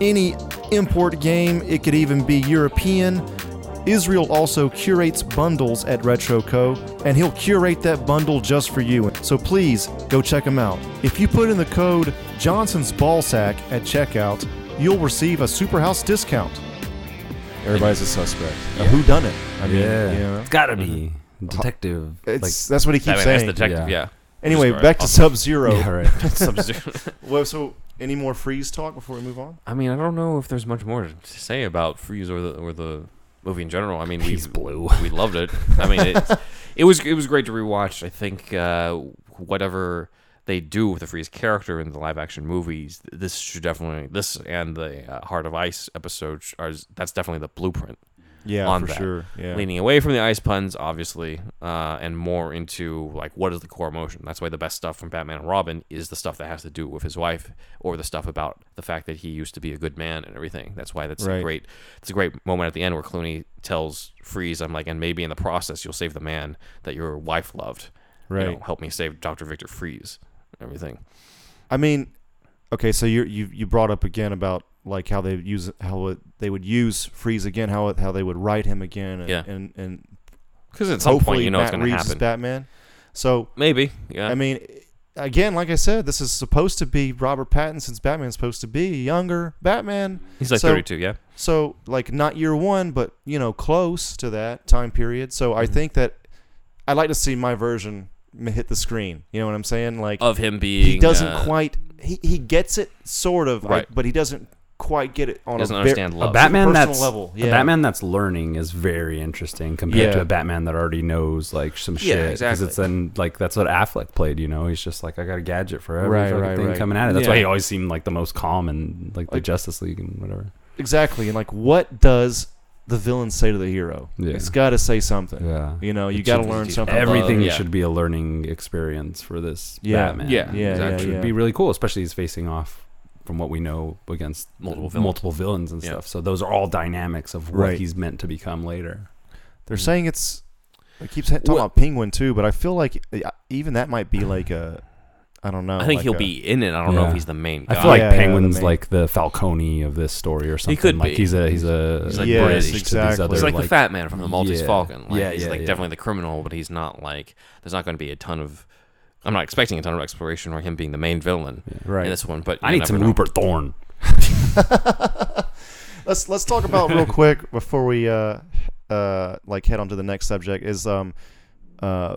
any import game, it could even be European. Israel also curates bundles at RetroCo, and he'll curate that bundle just for you. So please go check him out. If you put in the code Johnson's Ballsack at checkout, you'll receive a Superhouse discount. Everybody's a suspect. A who done it? I mean, Yeah. you know. It's gotta Mm-hmm. be detective. It's, that's what he keeps Batman as saying. the detective. Yeah. Yeah. anyway, Sorry. back to Sub Zero. yeah, right. Sub-Zero. Well, so any more freeze talk before we move on? I mean, I don't know if there's much more to say about Freeze or the or the movie in general. I mean, we He's blue. we loved it. I mean, it, it was it was great to rewatch. I think uh, whatever they do with the Freeze character in the live action movies, this should definitely this and the uh, Heart of Ice episode are that's definitely the blueprint. Yeah, On for that. sure. Yeah. Leaning away from the ice puns, obviously, uh, and more into like what is the core emotion. That's why the best stuff from Batman and Robin is the stuff that has to do with his wife, or the stuff about the fact that he used to be a good man and everything. That's why that's Right. a great. It's a great moment at the end where Clooney tells Freeze, "I'm like, and maybe in the process you'll save the man that your wife loved. You know, Right. help me save Doctor Victor Freeze." and Everything. I mean, okay, so you you you brought up again about like how they use how it, they would use freeze again, how it, how they would write him again, and Yeah. and, and Because at some hopefully point you know Matt it's going to Reeves is happen. Batman. So Maybe. Yeah. I mean, again, like I said, this is supposed to be Robert Pattinson's Batman. Supposed to be a younger Batman. He's like so- 32. Yeah. So like not year one, but you know close to that time period. So I Mhm. think that I'd like to see my version m- hit the screen. You know what I'm saying? Like Of him being. he doesn't uh, quite he, he gets it sort of I- Right. but he doesn't quite get it on Doesn't a ver- understand A love. Batman personal that's level, a yeah. Batman that's learning is very interesting compared Yeah. to a Batman that already knows like some shit. exactly. it's then like that's what Affleck played. You know, he's just like I got a gadget for every Right, fucking right, thing right. coming at it. That's Yeah. why he always seemed like the most calm and like the Like- Justice League and whatever. exactly and like what does the villain say to the hero Yeah. it's got to say something Yeah. you know you It got to should- learn it- something Everything yeah. should be a learning experience for this Yeah. Batman. Yeah, Yeah, that exactly. should yeah. be really cool, especially he's facing off from what we know against Multiple villains. multiple villains and Yeah. stuff. So those are all dynamics of what Right. he's meant to become later. they're saying it's i keep sa- talking Well- about penguin too but i feel like uh, even that might be like a i don't know I Oh, think like he'll a- be in it. I don't know Yeah. if he's the main guy. I feel like Yeah, yeah, the Penguin's main- like the Falcone of this story or something. could like be. he's a he's a He's like bridge British. to these Exactly. other, He's like, the fat man from the Maltese Yeah. Falcon. Like, Yeah, he's yeah, like yeah. definitely the criminal, but he's not like there's not going to be a ton of. I'm not expecting a ton of exploration or him being the main villain in right this one. But I you need never some know. Rupert Thorne. let's let's talk about real quick before we uh uh like head on to the next subject is um uh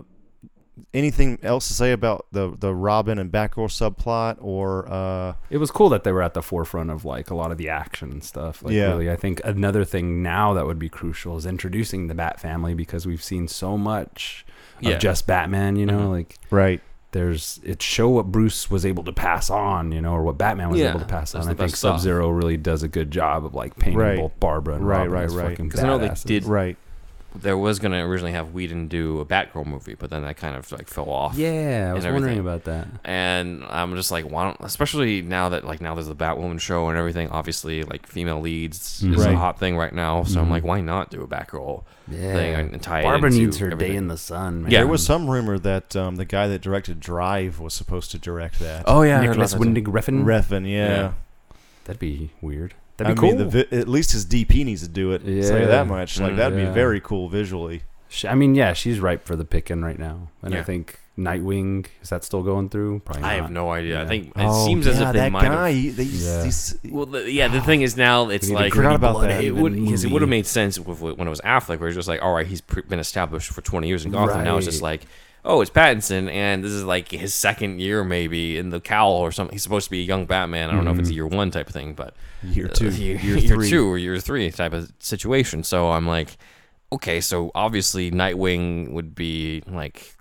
anything else to say about the the Robin and Batgirl subplot or uh It was cool that they were at the forefront of like a lot of the action and stuff. Like Yeah. really, I think another thing now that would be crucial is introducing the Bat family because we've seen so much Yeah. of just Batman. You know, Mhm. like right there's it show what Bruce was able to pass on, you know, or what Batman was Yeah, able to pass that's on. the I think best stuff. Sub Zero really does a good job of like painting Right. both Barbara and Right, Robin right, as right. fucking 'Cause I know they badasses. did- right There was going to originally have Whedon do a Batgirl movie, but then that kind of like fell off. Yeah, I was and everything. wondering about that. And I'm just like, why don't? Especially now that like now there's the Batwoman show and everything. Obviously, like female leads is Right. a hot thing right now. So I'm Mhm. like, why not do a Batgirl Yeah. thing and, and tie Barbara it into needs her everything. day in the sun, man. Yeah. there was some rumor that um the guy that directed Drive was supposed to direct that Oh yeah, I heard Nicholas about that too. Windig Refn. Refn yeah, Yeah. That'd be weird. I That'd be mean cool. the vi- at least his DP needs to do it yeah. say Yeah. that much like Mm, that'd be yeah. very cool visually Sh- I mean, yeah, she's ripe for the picking right now, and I Yeah. think Nightwing is that still going through? Probably. Not. I have no idea. uh, Yeah. I think it seems as if they Oh, that might. guy have- he, they, Yeah. he's- Well, the, yeah. The thing is now it's We need to like forgot about blood that. in it the would because it movie. would have made sense with, with- when it was Affleck, where it's just like, all right, he's pre- been established for 20 years in Gotham. Now it's just like, oh, it's Pattinson, and this is like his second year maybe in the cowl or something. He's supposed to be a young Batman. I don't know if it's a year one type of thing, but Year two, uh, year, year year three. two, or year three type of situation. So I'm like, okay, so obviously Nightwing would be like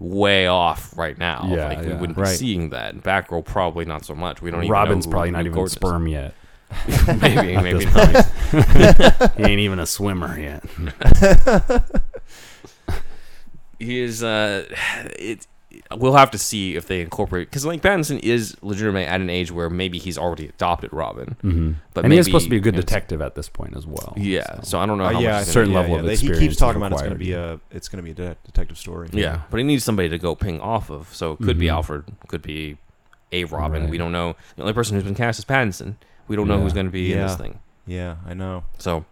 way off right now. Yeah, like we yeah. wouldn't Right. be seeing that. Batgirl probably not so much. We don't. even know Robin's who probably not Luke even Gordon is. sperm yet. maybe, At maybe this not. point. he ain't even a swimmer yet. he is. Uh, it. We'll have to see if they incorporate because Link Pattinson is legitimately at an age where maybe he's already adopted Robin. Mm-hmm. But and he is maybe- supposed to be a good you know, detective at this point as well. Yeah, Oh, so- so I don't know. Uh, How yeah, much a it's certain gonna- level of they- He experience keeps talking is about it's going to be required. a it's going to be a de- detective story. Yeah, but he needs somebody to go ping off of. So it could be Mm-hmm. Mhm. Alfred, could be a Robin. Right. We don't know. The only person who's been cast is Pattinson. We don't know who's Yeah. going to be in this Yeah. thing. yeah, I know. So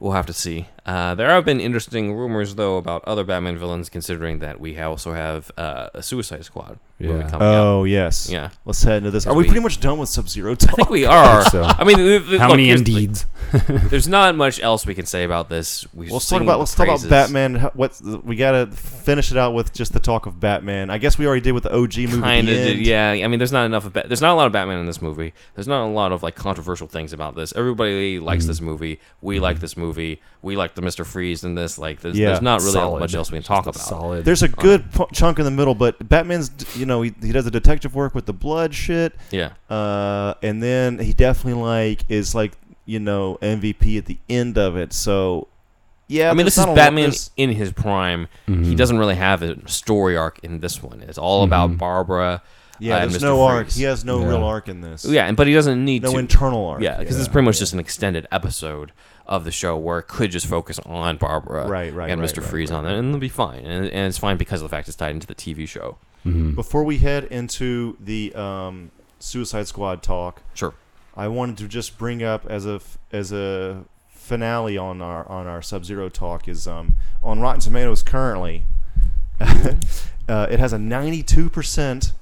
we'll have to see. Uh, there have been interesting rumors though about other Batman villains, considering that we also have uh, a Suicide Squad movie Yeah. coming out. Oh yes. Yeah, Let's head into this. Yes, Are we, we- pretty much done with Sub Zero I talk? think we are. So, I mean, th- th- how look, many here's the thing. indeeds? There's not much else we can say about this. We've Let's seen talk about the let's talk about praises. Batman. h- What's the- we gotta finish it out with just the talk of Batman. I guess we already did with the OG movie. at Kind the of, end. yeah. I mean, there's not enough of ba- there's not a lot of Batman in this movie. There's not a lot of like controversial things about this. Everybody likes Mm-hmm. this movie. We like this movie. We like the Mister Freeze in this. Like, there's, Yeah. there's not really Solid. much else we can talk about. Solid. There's a good pu- chunk in the middle, but Batman's d- you know he, he does the detective work with the blood shit, Yeah, uh, and then he definitely like is like you know MVP at the end of it. So yeah, I mean, there's this is not a lot- Batman there's- Mm-hmm. in his prime. He Mhm. doesn't really have a story arc in this one. It's all about Mhm. Barbara. Yeah, uh, and there's Mr. no arc. Freeze. He has no Yeah. real arc in this. Yeah, and but he doesn't need no to. internal arc. yeah, because it's pretty much just an extended episode of the show where it could just focus on Barbara Right, right, and right, Mr. right, Freeze right, on it, and it'll be fine. And, and it's fine because of the fact it's tied into the TV show. Mhm. Before we head into the um, Suicide Squad talk, Sure. I wanted to just bring up as a f- as a finale on our on our Sub Zero talk is um, on Rotten Tomatoes currently. uh, it has a 92%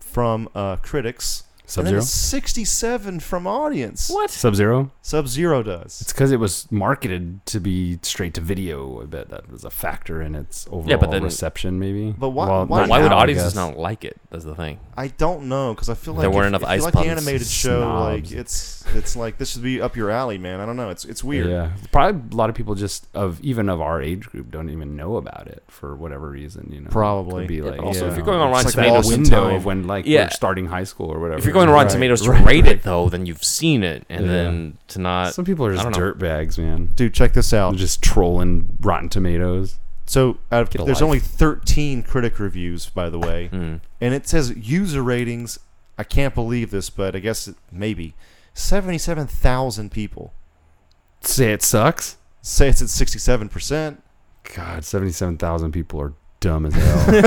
from uh, critics and then Sub-Zero? a 67 from audience. What? Sub Zero. Sub Zero does. It's because it was marketed to be straight to video. I bet that was a factor in its overall but then- reception, maybe. But why- Well, why not Why would now, I audiences guess. not like it? That's the thing. I don't know because I feel like There weren't if- enough if ice you like the puns. animated show, Snobs. like it's it's like this should be up your alley, man. I don't know. It's it's weird. Yeah, probably a lot of people just of even of our age group don't even know about it for whatever reason. You know, Probably. Could be It like, also, you if you're know, going on it's Rotten like Tomatoes- that window Time. of when like Yeah. we're starting high school or whatever. If you're going to Rotten Right, Tomatoes to right, rate right. it though, then you've seen it, and Yeah. then to not. some people are I just don't know. dirt bags, man. Dude, check this They're out. just trolling Rotten Tomatoes. So out of Get a there's life. only 13 critic reviews, by the way, Mm. and it says user ratings. I can't believe this, but I guess it, maybe 77,000 people Say it sucks. say it's at 67 percent. God, seventy-seven thousand people are dumb as hell,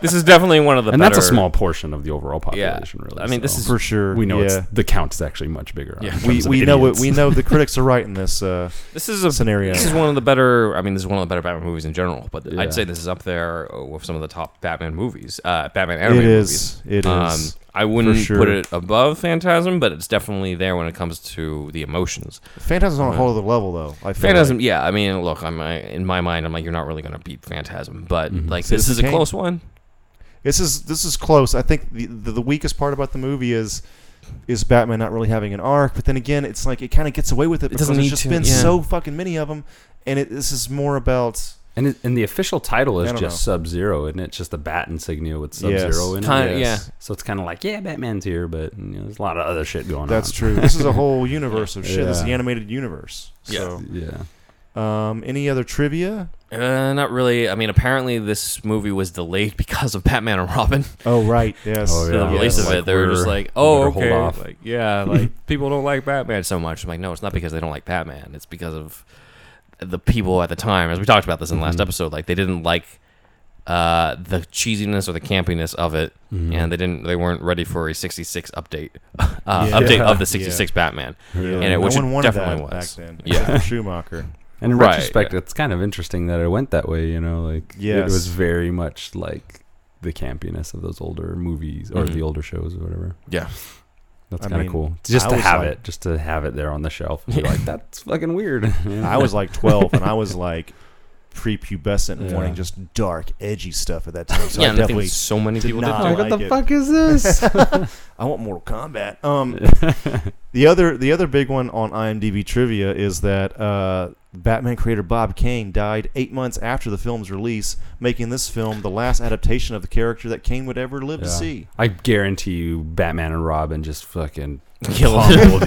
This is definitely one of the. and that's a better- small portion of the overall Yeah. population. Really, I mean, this so. is for sure. we know yeah. it's the count is actually much bigger. Yeah. in terms we of we know it. idiots. We know the critics are right in this uh, This is a. scenario. This is one of the better. I mean, this is one of the better Batman movies in general. But Yeah. I'd say this is up there uh, with some of the top Batman movies. Uh, Batman It animated movies. Um, is. It is. I wouldn't For sure. put it above Phantasm, but it's definitely there when it comes to the emotions. Phantasm's on a Uh, whole other level, though. I feel Phantasm, like. yeah. I mean, look, I'm I, in my mind, I'm like, you're not really gonna beat Phantasm, but Mhm. like, this Citizen is a Kane. close one. This is this is close. I think the, the the weakest part about the movie is is Batman not really having an arc. But then again, it's like it kind of gets away with it It because doesn't there's need just to, been yeah. so fucking many of them, and it, this is more about And, it, and the official title I is don't just Sub Zero, isn't it? Just a bat insignia with Sub Zero in it. Kind of, Yes. yeah. So it's kind of like, yeah, Batman's here, but you know, there's a lot of other shit going that's on. true. This is a whole universe of shit. This is Yeah. the animated universe. So, Yeah. um, any other trivia? Uh, not really. I mean, apparently this movie was delayed because of Batman and Robin. Oh right, yes. Oh, The yeah. release of Like, it, they were just we're- like, "Oh, we better hold okay, off. like yeah, like people don't like Batman so much." I'm like, "No, it's not because they don't like Batman. It's because of the people at the time." As we talked about this in the Mm-hmm. last Mhm. episode, like they didn't like uh, the cheesiness or the campiness of it, Mm-hmm. Mhm. and they didn't, they weren't ready for a 66 update, uh, Yeah. update of Yeah. the 66 Batman. Yeah. And it- no which one it wanted definitely that was. back then. Yeah. except for Schumacher. And in Right, retrospect, yeah. it's kind of interesting that it went that way, you know? Like, it Yes. was very much like the campiness of those older movies or Mhm. the older shows or whatever. Yeah. That's I kind mean, of cool. I Just to was have like- it, just to have it there on the shelf. and be Yeah. like, that's fucking weird. I was like 12, and I was like prepubescent and Yeah. wanting just dark, edgy stuff at that time. So yeah, I and I think definitely, so many did people not did. like, Too. Oh, what like the it. fuck is this? I want Mortal Kombat. Um, the other, the other big one on IMDb trivia is that uh, Batman creator Bob Kane died eight months after the film's release, making this film the last adaptation of the character that Kane would ever live to Yeah. see. I guarantee you, Batman and Robin just fucking Kill pummeled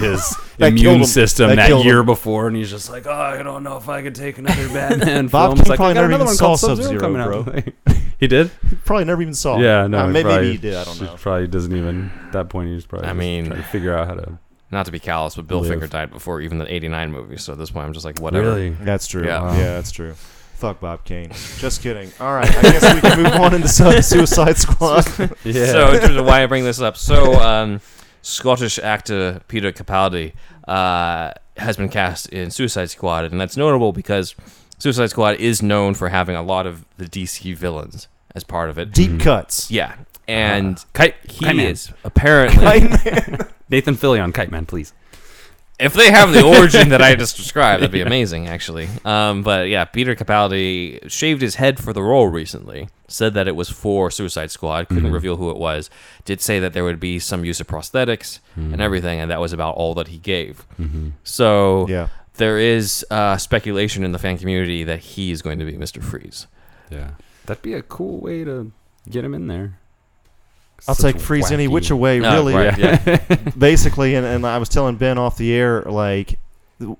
his That killed him. immune system That that, killed year before, and he's just like, "Oh, I don't know if I could take another Batman Bob film." King It's like, probably "I got never another even one saw called Sub-Zero, coming out. he did? Probably never even saw. it. Yeah, no, Uh, he maybe, probably- he did. I don't he know. Probably doesn't even. At that point, he's probably. I just mean- trying to figure out how to. Not to be callous, but Bill Live. Finger died before even the '89 movie. So at this point, I'm just like, whatever. That's true. Yeah. Wow. yeah, that's true. Fuck Bob Kane. Just kidding. All right, I guess we can move on into Su- Suicide Squad. Yeah. So in terms of why I bring this up, so um, Scottish actor Peter Capaldi uh, has been cast in Suicide Squad, and that's notable because Suicide Squad is known for having a lot of the DC villains as part of it. Deep cuts. Yeah, and Kite, he Kite Man. is apparently Nathan Fillion, Kite Man, please. if they have the origin that I just described, that'd be amazing, actually. Um, but yeah, Peter Capaldi shaved his head for the role recently. Said that it was for Suicide Squad. Couldn't reveal who it was. Did say that there would be some use of prosthetics Mm-hmm. and everything, and that was about all that he gave. So Yeah. there is uh, speculation in the fan community that he is going to be Mister Freeze. Yeah, that'd be a cool way to get him in there. I'll Such take freeze any wacky- which away. Uh, really, right, yeah. basically, and, and I was telling Ben off the air, like th-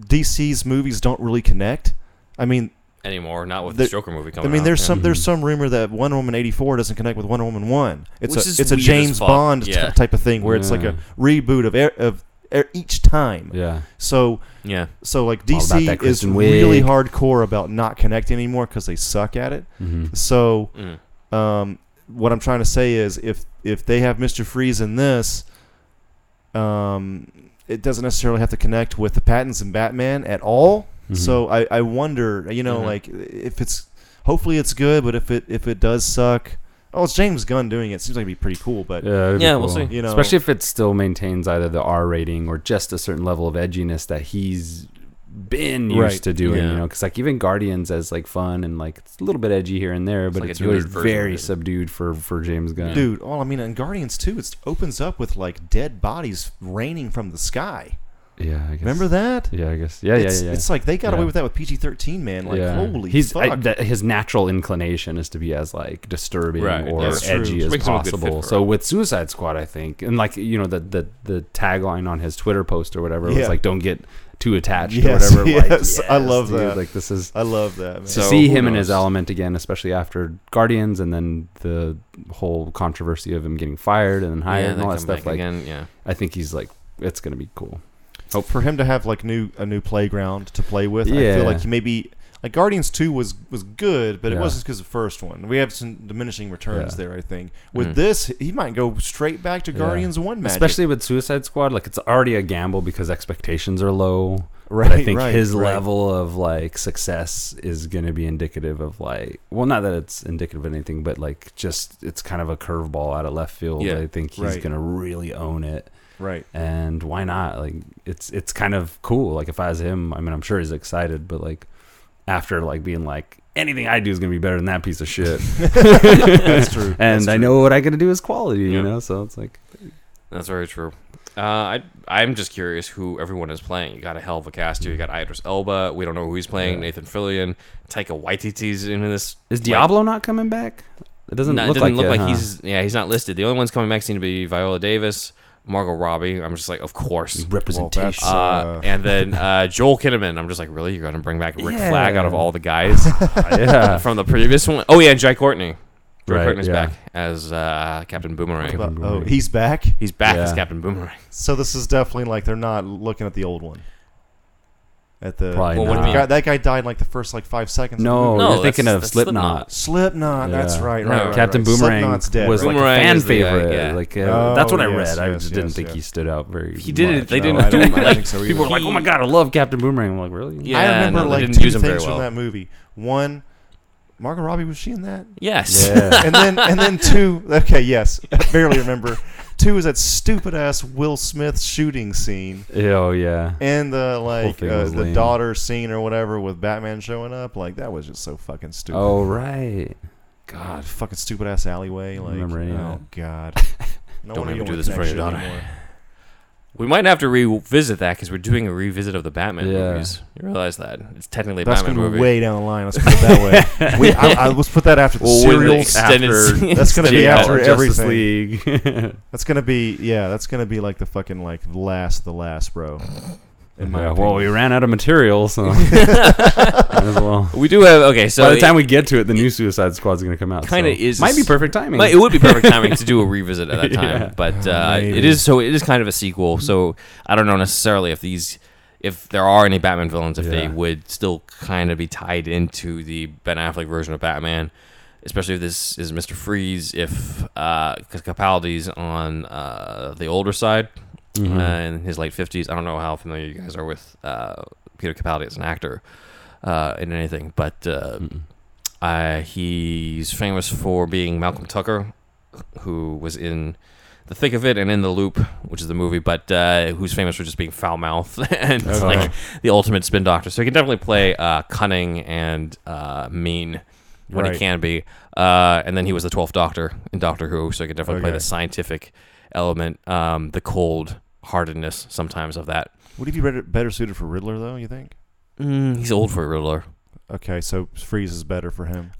DC's movies don't really connect. I mean, Anymore, not with The- this Joker movie I coming. mean, out, there's yeah. some Mm-hmm. there's some rumor that Wonder Woman '84 doesn't connect with Wonder Woman One. It's Which a is it's a weird as James fuck, Bond t- yeah. type of thing where it's like a reboot of e- of e- each time. Yeah. So Yeah, so like All about that DC is Kristen really Wiig. hardcore about not connecting anymore because they suck at it. Mm-hmm. So Mm. um, what I'm trying to say is if if they have Mister Freeze in this, um, it doesn't necessarily have to connect with the patents and Batman at all. Mm-hmm. So I, I wonder, you know, Mhm. like if it's hopefully it's good, but if it if it does suck, oh, it's James Gunn doing it. Seems like it'd be pretty cool, but yeah, that'd be Yeah, we'll cool. see. you know, especially if it still maintains either the R rating or just a certain level of edginess that he's been used Right. to doing, Yeah. you know, because like even Guardians as like fun and like it's a little bit edgy here and there, but like a it's, really neutered version of very it. subdued for for James Gunn. dude. All I mean, in Guardians too, it opens up with like dead bodies raining from the sky. yeah, I guess. Remember that? Yeah, I guess. Yeah, yeah, it's, yeah. It's like they got away Yeah. with that with PG thirteen, man. Like yeah. holy he's fuck. I, that, his natural inclination is to be as like disturbing Right, or that's true. edgy Which as makes him a good fit possible. for So it. with Suicide Squad, I think, and like you know the the, the tagline on his Twitter post or whatever Yeah. was like, "Don't get too attached Yes, or whatever." Like, yes, I love dude, that. Like this is I love that. Man. to So- see who him in his knows? element again, especially after Guardians and then the whole controversy of him getting fired and then hired yeah, and they all that come stuff. back Like, again, yeah. I think he's like, it's gonna be cool. Oh, for him to have like new a new playground to play with. I Yeah. feel like he maybe like Guardians Two was was good, but it Yeah. wasn't because of the first one. We have some diminishing returns Yeah. Mm. there. I think with Mhm. this, he might go straight back to Yeah. Guardians One magic. Especially with Suicide Squad, like it's already a gamble because expectations are low. right, But I think right, his right. level of like success is going to be indicative of like, well, not that it's indicative of anything, but like just it's kind of a curveball out of left field. Yeah, I think he's right. going to really own it, right. and why not? Like, it's it's kind of cool. Like, if I was him, I mean, I'm sure he's excited, but like after like being like anything I do is going to be better than that piece of shit, That's true. and That's I true. know what I got to do is quality, Yeah. you know. So it's like, That's very true. Uh, I I'm just curious who everyone is playing. You got a hell of a cast here. You got Idris Elba. We don't know who he's playing. Yeah. Nathan Fillion, Taika Waititi's in this. is Diablo not coming back? It doesn't No, it look doesn't like look it, like huh? he's yeah he's not listed. The only ones coming back seem to be Viola Davis, Margot Robbie. I'm just like of course. representation. Uh, Uh, and then uh, Joel Kinnaman. I'm just like really you're gonna bring back Rick Yeah. Flag out of all the guys yeah. from the previous one. Oh yeah, and Jai Courtney. Jai Right, Courtney's yeah. back as uh, Captain Boomerang. But- oh, he's back. He's back as Yeah. Captain Boomerang. So this is definitely like they're not looking at the old one. At the Probably Well, what do you not. mean? guy, that guy died in like the first like five seconds. of the No, movie. No, you're thinking that's- of that's Slipknot. Slipknot. That's Yeah. right. No, Right. right, Captain right. Boomerang Slipknot's dead, was right? like a Boomerang fan is the guy, favorite. yeah. Like uh, Oh, that's what I read. yes, I yes, just didn't yes, think he yes. stood out very. He didn't- much, they no. didn't I don't- do, like, so People were either. like, "Oh my god, I love Captain Boomerang." I'm like, really? Yeah, I remember no, they like didn't two use him very things well. from that movie. One, Margot Robbie was she in that? Yes. Yeah. And then and then two. Okay, yes, I barely remember. Two is that stupid ass Will Smith shooting scene oh yeah. and the like thing uh, was the lame. daughter scene or whatever with Batman showing up. Like that was just so fucking stupid. Oh right. God, God. fucking stupid ass alleyway. Don't Like remember any of oh that. god. No Don't wonder you ever do want this in front of your connection daughter. anymore. We might have to revisit that because we're doing a revisit of the Batman Yeah. movies. You realize that it's technically a That's Batman gonna movie. be way down the line. Let's put it that way. we, I, I, let's put that after the Well, with the serials. extended after- That's gonna be extended after Batman. Justice everything. League. That's gonna be yeah. That's gonna be like the fucking like last, of the last, bro. In my Yeah, well, we opinion. ran out of material, so might as well. We do have okay. So By the time we get to it, the new Suicide Squad's going to come out. Kinda so. is- might be perfect timing. Like, it would be perfect timing to do a revisit at that time, Yeah. but uh, Maybe. it is so. It is kind of a sequel, so I don't know necessarily if these, if there are any Batman villains, if they Yeah. would still kind of be tied into the Ben Affleck version of Batman, especially if this is Mister Freeze, if because Capaldi's on uh, the older side Mhm. uh, in his late fifties. I don't know how familiar you guys are with uh, Peter Capaldi as an actor uh, in anything, but. Uh, Mm-mm. uh, he's famous for being Malcolm Tucker, who was in the thick of it and in the loop, which is the movie, but uh, who's famous for just being foul mouth and Okay. like the ultimate spin doctor. So he can definitely play uh, cunning and uh, mean when Right. he can be. Uh, and then he was the twelfth Doctor in Doctor Who, so he could definitely play Okay. the scientific element, um, the cold heartedness sometimes of that. would he be better, better suited for Riddler though? You think? Mm, he's old for a Riddler. Okay, so Freeze is better for him.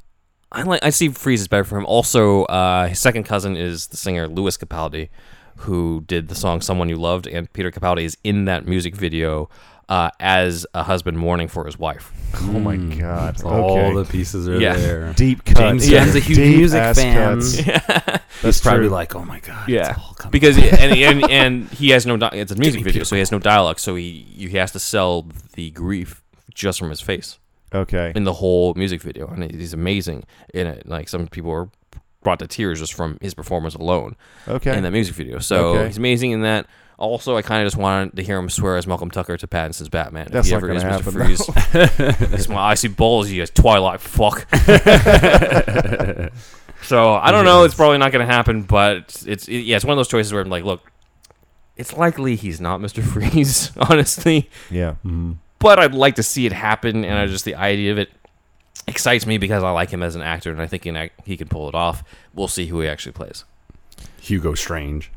I like. I see Freeze is better for him. Also, uh, his second cousin is the singer Louis Capaldi, who did the song "Someone You Loved," and Peter Capaldi is in that music video uh, as a husband mourning for his wife. Oh my Mm. God. All Okay. the pieces are Yeah. there. Deep cut. James Gunn's a huge Deep music ass fan. cuts. He's That's probably true. like, oh my god, Yeah. it's all coming. Because and, and and he has no. Di- it's a music me video, Peter so he has no dialogue. So he he has to sell the grief just from his face okay. in the whole music video, and he's amazing in it. Like some people are brought to tears just from his performance alone. Okay. in that music video. So Okay. he's amazing in that. Also, I kind of just wanted to hear him swear as Malcolm Tucker to Pattinson's Batman. That's if he not ever gonna is Mr. happen, Freeze, it's my icy balls. You as Twilight fuck. so I don't know. It's probably not going to happen, but it's it, yeah, it's one of those choices where I'm like, look, it's likely he's not Mr. Freeze, honestly. yeah. Mhm. But I'd like to see it happen, and I just the idea of it excites me because I like him as an actor, and I think he can, act- he can pull it off. We'll see who he actually plays. Hugo Strange.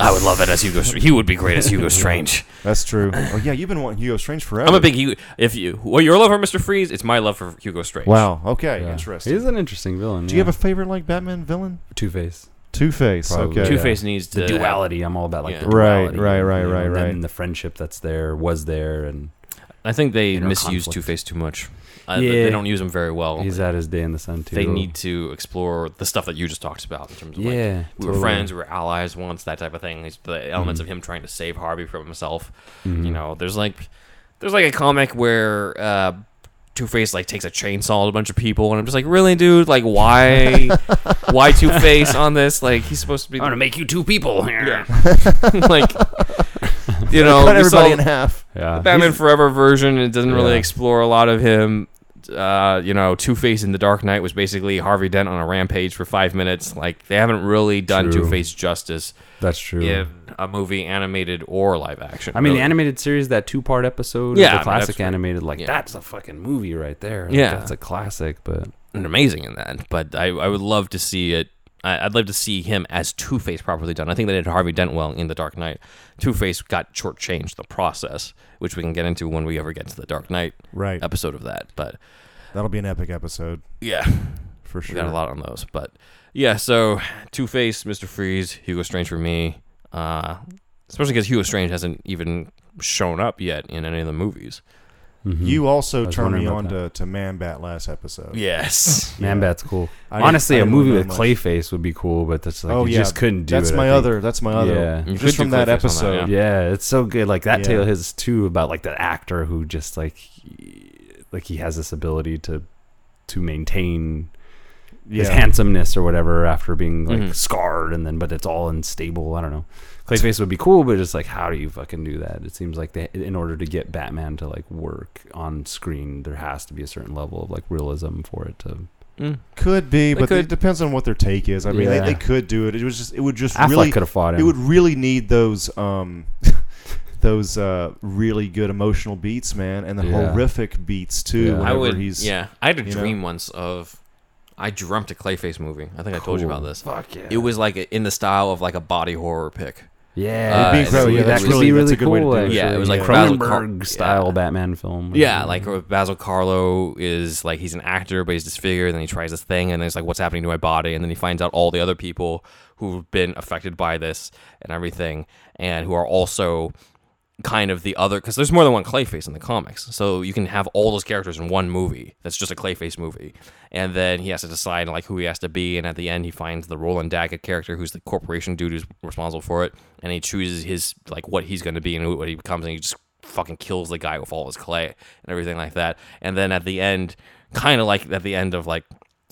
I would love it as Hugo. Str- He would be great as Hugo Strange. That's true. Oh yeah, you've been wanting Hugo Strange forever. I'm a big Hugo. If you, well, your love for Mister Freeze, it's my love for Hugo Strange. Wow. Okay. Yeah. Interesting. He's an interesting villain. Do you have a favorite like Batman villace? Two Face? Two Face. Probably. Okay. Two Face needs to The duality. I'm all about like Yeah. the Right, duality. right, right, you know, right, them right. And the friendship that's there was there, and I think they Inner misuse conflict. Two Face too much. Uh, Yeah. They don't use him very Oh, well. he's at his day in the sun too. they need to explore the stuff that you just talked about in terms of like yeah, we were friends, we were allies once, that type of thing. It's the elements Mm-hmm. of him trying to save Harvey from himself. You know, there's like there's like a comic where uh Two Face like takes a chainsaw at a bunch of people, and I'm just like, really, dude? Like, why, why Two Face on this? Like, he's supposed to be. make you two people. Yeah. like, you know, Cut we saw everybody in half. Yeah, the Batman Forever version. It doesn't really Yeah. explore a lot of him. Uh, you know, Two Face in the Dark Knight was basically Harvey Dent on a rampage for five minutes. Like, they haven't really done True. Two Face justice that's true. in a movie, animated or live action. I mean, really. the animated series, that two part episode, Yeah, I yeah, mean, the classic that's right. animated, like Yeah. that's a fucking movie right there. Like, Yeah. that's a classic. But and amazing in that. But I, I would love to see it. I, I'd love to see him as Two Face properly done. I think they did Harvey Dent well in The Dark Knight. Two Face got shortchanged the process, which we can get into when we ever get to the Dark Knight Right. episode of that. But That'll be an epic episode yeah, for sure. we got a lot on those. But yeah, so Two Face, Mister Freeze, Hugo Strange for me. Uh, especially because Hugo Strange hasn't even shown up yet in any of the movies. mm-hmm. You also I was turned me wondering on about to, to Man Bat last episode. Yes. man, Yeah. that's cool. I didn't- Honestly, I a didn't movie know with much. Clayface would be cool, but that's like Oh, you yeah. just couldn't do That's it. I my think. other. That's my other. Yeah. You could Just do from that Clayface on that, episode. yeah. Yeah, it's so good. Like that Yeah. tale of his too about like the actor who just like he- like he has this ability to to maintain his Yeah. Mm-hmm. handsomeness or whatever after being like Mhm. scarred and then but it's all unstable. I don't know. Clayface would be cool, but it's like how do you fucking do that? It seems like they, in order to get Batman to like work on screen, there has to be a certain level of like realism for it to. Mm. Could be, They but could- it depends on what their take is. I mean, Yeah. they, they could do it. It was just. It would just Affleck really. could have fought him. It would really need those. Um, those uh, really good emotional beats, man, and the Yeah. horrific beats too. Yeah. I Whenever I would. he's yeah, I had a you know? dream once of. I dreamt a Clayface movie. I think I told you about this. Fuck yeah. Mm-hmm. It was like in the style of like a body horror pick. Yeah, Uh, It'd be incredible. that would Yeah, that's that would really- be that's really a good way to cool. do it. Yeah, actually. it was like Basil Car- Cronenberg style yeah. Batman film. Yeah, like or Basil Carlo is like he's an actor, but he's disfigured. And then he tries this thing, and then it's like, what's happening to my body? And then he finds out all the other people who've been affected by this and everything, and who are also kind of the other because there's more than one Clayface in the comics, so you can have all those characters in one movie. That's just a Clayface movie, and then he has to decide like who he has to be. And at the end, he finds the Roland Daggett character, who's the corporation dude who's responsible for it, and he chooses his like what he's going to be and who- what he becomes, and he just fucking kills the guy with all his clay and everything like that. And then at the end, kind of like at the end of like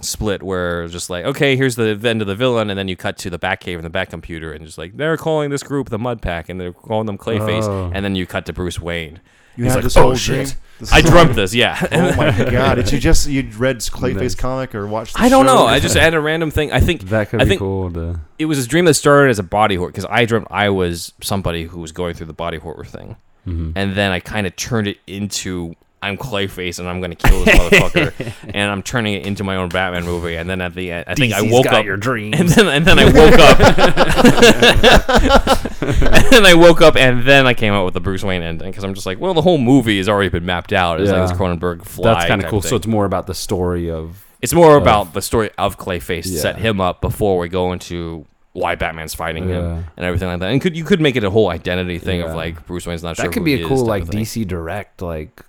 split where just like okay here's the end of the villain and then you cut to the back cave and the back computer and just like they're calling this group the mud pack and they're calling them clayface Oh. and then you cut to bruce wayne You He's had like, this "Oh, whole shit." dream. This i whole- dreamt this yeah Oh my god! Did you just you read Clayface Nice. comic or watched? the i don't show? know i just had a random thing i think that could I be think- cool. To, it was a dream that started as a body horror because i dreamt i was somebody who was going through the body horror thing Mhm. and then I kind of turned it into I'm Clayface and I'm gonna kill this motherfucker, and I'm turning it into my own Batman movie. And then at the end, I think I DC's woke got up, your dreams. and then and then I woke up, and then I woke up, and then I came out with the Bruce Wayne ending because I'm just like, well, the whole movie has already been mapped out. It's Yeah. like this Cronenberg fly. that's kind of type cool. thing. So it's more about the story of It's more of- about the story of Clayface to set Yeah. him up before we go into why Batman's fighting Yeah. him and everything like that. And could you could make it a whole identity thing Yeah. of like Bruce Wayne's not sure that could who be he a is cool type like of thing. DC Direct like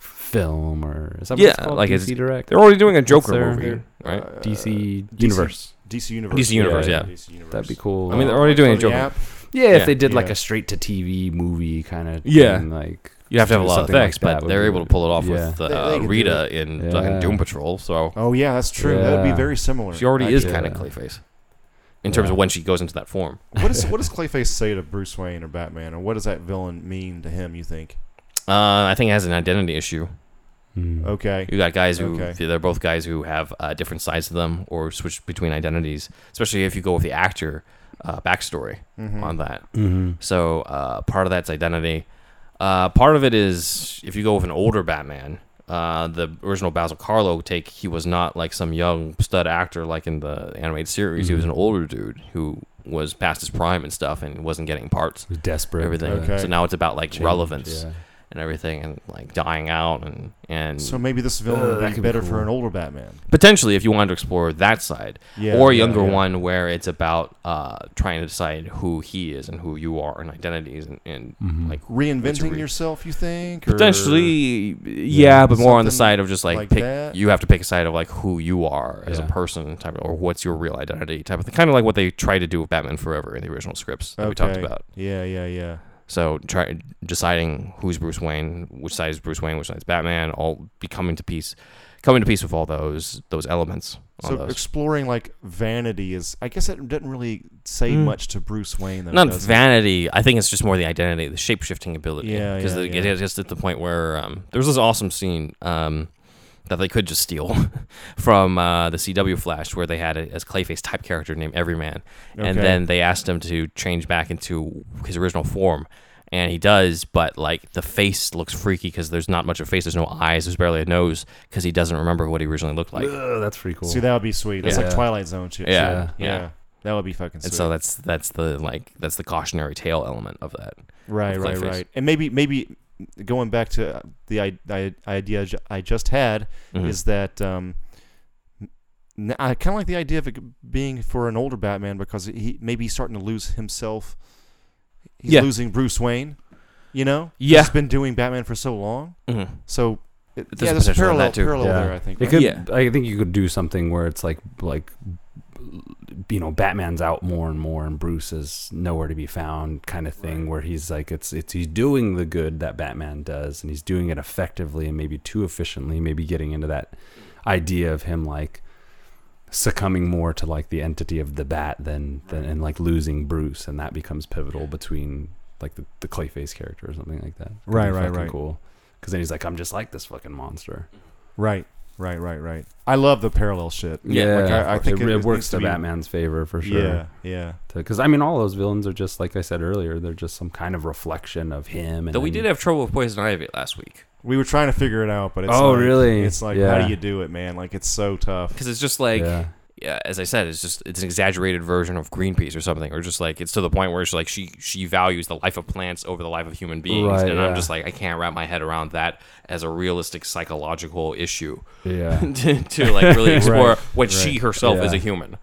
film or is that what it's Yeah, called? like, DC it's- Direct They're already doing a Joker their- movie, right? Uh, DC Universe. DC Universe. DC Universe, yeah. DC Universe. Oh, That'd be cool. I mean, they're already doing a On the Joker. app, yeah, yeah, if they did like yeah. a straight to TV movie kind of Yeah. thing, like You have to have a lot of something like effects, that but would they're be- able to pull it off yeah. with uh, They- they can do Rita in Yeah. fucking Doom Patrol. So Oh yeah, that's true. That'd Yeah. be very similar. she already is Yeah. kind of Clayface in terms Yeah. of when she goes into that form. What does what does Clayface say to Bruce Wayne or Batman, or what does that villain mean to him? You think? Uh, I think it has an identity issue. Hmm. Okay. You got guys who Okay. they're both guys who have uh, different sides to them or switch between identities, especially if you go with the actor uh, backstory Mhm. on that. Mhm. So uh, part of that's identity. Uh, part of it is if you go with an older Batman, uh, the original Basil Carlo take, he was not like some young stud actor like in the animated series. He was Hmm. an older dude who was past his prime and stuff and wasn't getting parts, It was desperate. everything. uh, Okay. So now it's about like change, relevance yeah. and everything and like dying out and and So maybe this villain Uh, that would could be be better cool. for an older Batman. potentially if you wanted to explore that side Yeah, or a yeah, younger yeah. one where it's about uh, trying to decide who he is and who you are and identities and, and Mhm. like Reinventing Re- yourself, you think? or- Potentially, yeah, but more on the something side of just like, like pick. that. You have to pick a side of like who you are as Yeah. a person, type of, or what's your real identity, type of thing. Kind of like what they tried to do with Batman Forever in the original scripts that we talked Okay. about. Yeah, yeah, yeah. So try deciding who's Bruce Wayne, which side is Bruce Wayne, which side is Batman. All be coming to peace, coming to peace with all those those elements. All So those. exploring like vanity is, I guess, it doesn't really say Mm. much to Bruce Wayne. Though, not does it? vanity. I think it's just more the identity, the shape shifting ability. Yeah, because yeah, it, yeah. it is just at the point where um, there was this awesome scene um, that they could just steal from uh, the CW Flash, where they had a, as Clayface type character named Everyman, and Okay. then they asked him to change back into his original form. And he does, but like the face looks freaky because there's not much of a face. There's no eyes. There's barely a nose because he doesn't remember what he originally looked like. Ugh, that's pretty cool. See, that would be sweet. That's Yeah. like Twilight Zone shit. Yeah, shit. yeah. That would be fucking sweet. And so that's that's the like that's the cautionary tale element of that. right, with right, Clayface. right. And maybe, maybe going back to the I- I- idea ju- I just had Mhm. is that um, n- I kind of like the idea of it being for an older Batman because he maybe he's starting to lose himself. He's Yeah. losing Bruce Wayne. You know, Yeah. he's been doing Batman for so long. Mhm. So it, There's yeah, a there's a potential in parallel, that too. parallel Yeah. there. I think. It right? could. Yeah. I think you could do something where it's like like you know Batman's out more and more, and Bruce is nowhere to be found, kind of thing. Where he's like it's it's he's doing the good that Batman does, and he's doing it effectively and maybe too efficiently. Maybe getting into that idea of him like succumbing more to like the entity of the bat than than and like losing Bruce, and that becomes pivotal between like the, the Clayface character or something like that. Could be Right, right, fucking right. Cool. Because then he's like, I'm just like this fucking monster. Right, right, right, right. I love the parallel shit. Yeah, like, I- I of course. think it, it- it it works needs to to be- Batman's favor for sure. Yeah, yeah. Because I mean, all those villains are just like I said earlier; they're just some kind of reflection of him. And Though we then- did have trouble with Poison Ivy last week. We were trying to figure it out, but it's Oh, like- really? It's like Yeah. how do you do it, man? Like it's so tough. because it's just like yeah. yeah, as I said, it's just it's an exaggerated version of Greenpeace or something, or just like it's to the point where she's like she she values the life of plants over the life of human beings, Right, and yeah. I'm just like I can't wrap my head around that as a realistic psychological issue Yeah. to, to like really explore what she herself is a Yeah. human.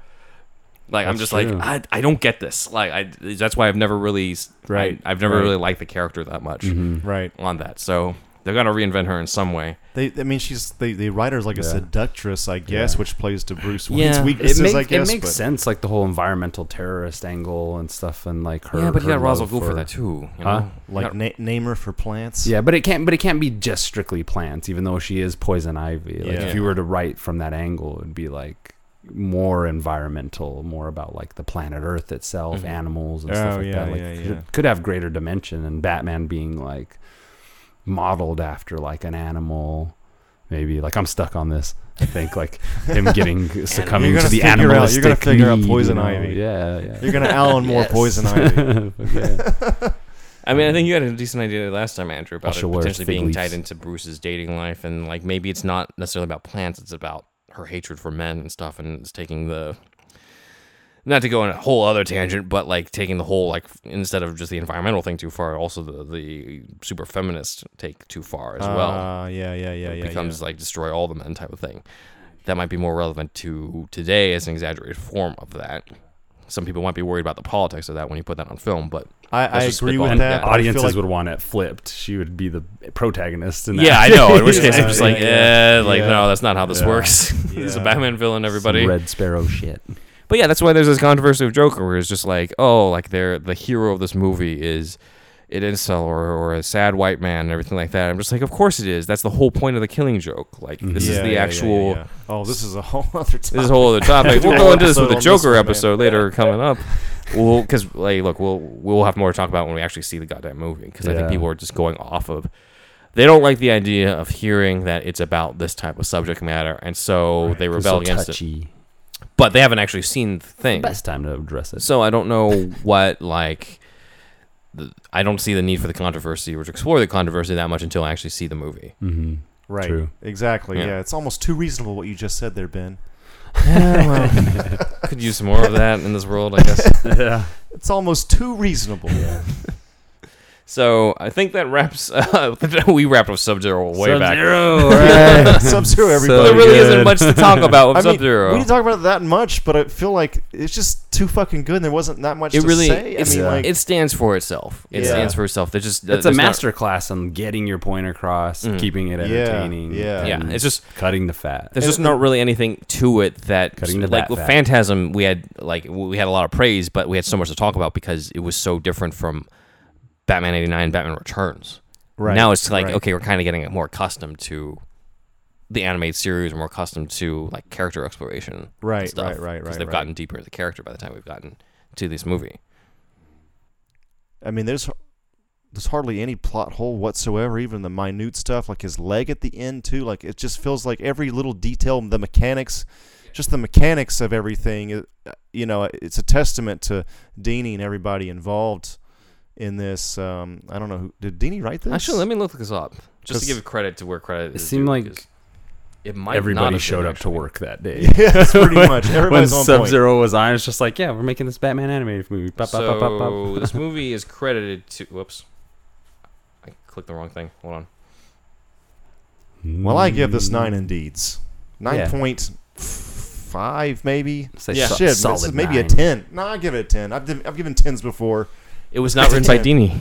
Like I'm That's just true. like I, I don't get this. Like I that's why I've never really s- I- Right, I've never right. really liked the character that much Mm-hmm. Right. on that. So they're gonna reinvent her in some way. They, I mean, she's they, they write her as like a Yeah. seductress, I guess, Yeah. which plays to Bruce Yeah. Wayne's It weaknesses, it makes, I guess. it makes but- sense, like the whole environmental terrorist angle and stuff, and like her. yeah, but he her got Ra's al love Ghul for, that too. You know? Huh? Like na- name her for plants. Yeah, but it can't. But it can't be just strictly plants, even though she is poison ivy. Like Yeah. if you were to write from that angle, it would be like more environmental, more about like the planet Earth itself, Mhm. animals and Oh, stuff like yeah, that. Like yeah, could- yeah. could have greater dimension, and Batman being like modeled after like an animal. Maybe like I'm stuck on this. I think like him getting succumbing You're to gonna the figure animalistic. out- you're gonna figure out need, poison you know? ivy. Yeah, yeah. You're gonna Alan Moore Yes. poison ivy. yeah. I mean, I think you had a decent idea last time, Andrew, about Also it wear potentially fig being leaves. tied into Bruce's dating life, and like maybe it's not necessarily about plants; it's about her hatred for men and stuff, and it's taking the not to go on a whole other tangent, but like taking the whole like instead of just the environmental thing too far, also the the super feminist take too far as Ah, well. Uh, yeah, yeah, yeah, it yeah. becomes like destroy all the men type of thing. That might be more relevant to today as an exaggerated form of that. Some people might be worried about the politics of that when you put that on film, but yeah. I, I just agree spitballing. with And that. but I feel Audiences like- would want it flipped. She would be the protagonist. In that. Yeah, I know. In which case, Yeah, I'm just like, yeah, eh, yeah. like, Yeah. no, that's not how this Yeah. works. He's a Yeah. Batman villain, everybody. Some Red Sparrow shit. But yeah, that's why there's this controversy with Joker, where it's just like, oh, like they're the hero of this movie is an incel or, or a sad white man and everything like that. I'm just like, of course it is. That's the whole point of the Killing Joke. Like this is Yeah, the yeah, yeah, actual. yeah. Oh, this is a whole other topic. This is a whole other topic. We'll Full go into this episode with the on this Joker one, man. episode later coming up. Well, because like, look, we'll we'll have more to talk about when we actually see the goddamn movie. Because I think Yeah. people are just going off of. They don't like the idea of hearing that it's about this type of subject matter, and so Oh, they It was rebel so against it. touchy. But they haven't actually seen the thing, Best time to address it. so I don't know what like. The, I don't see the need for the controversy or to explore the controversy that much until I actually see the movie. Mm-hmm. right. True. Exactly. Yeah. Yeah. It's almost too reasonable what you just said there, Ben. Could use some more of that in this world, I guess. yeah. It's almost too reasonable. So I think that wraps. Uh, we wrapped up Sub Zero way back. Sub Zero, everybody. There really good. isn't much to talk I about with mean, Sub Zero. we didn't talk about it that much, but I feel like it's just too fucking good. and There wasn't that much it to really, uh, say. I it's- mean, yeah. like, it stands for itself. It Yeah. stands for itself. There's just It's a there's not- master class on getting your point across, Mm. keeping it Yeah, entertaining. yeah. Yeah, and it's just cutting the fat. there's just not really anything to it that Cutting the like bat with fat. Phantasm we had like we had a lot of praise, but we had so much to talk about because it was so different from Batman '89, Batman Returns. right. Now it's like right. okay, we're kind of getting more accustomed to the animated series, we're more accustomed to like character exploration. right, stuff, right, right, right. Because they've right. gotten deeper into the character by the time we've gotten to this movie. I mean, there's there's hardly any plot hole whatsoever. Even the minute stuff, like his leg at the end too. Like it just feels like every little detail, the mechanics, just the mechanics of everything. uh, You know, it's a testament to Dini and everybody involved in this. Um, I don't know who did Dini write this. Actually, let me look this up just to 'Cause- give credit to where credit. It is seemed due, like 'cause it might not Everybody have showed been, up to actually. work that day. Yes, pretty When- much. when Everybody's on Sub point. Zero was on, it's just like, yeah, we're making this Batman animated movie. Bop, bop, bop, bop, bop. So this movie is credited to. Whoops, I clicked the wrong thing. Hold on. Well, I give this nine indeeds. Yeah. Nine point five, maybe. Say Yeah. so- Shit, solid this is maybe a nine. ten. No, I give it a ten. I've, di- I've given tens before. It was not written by Dini.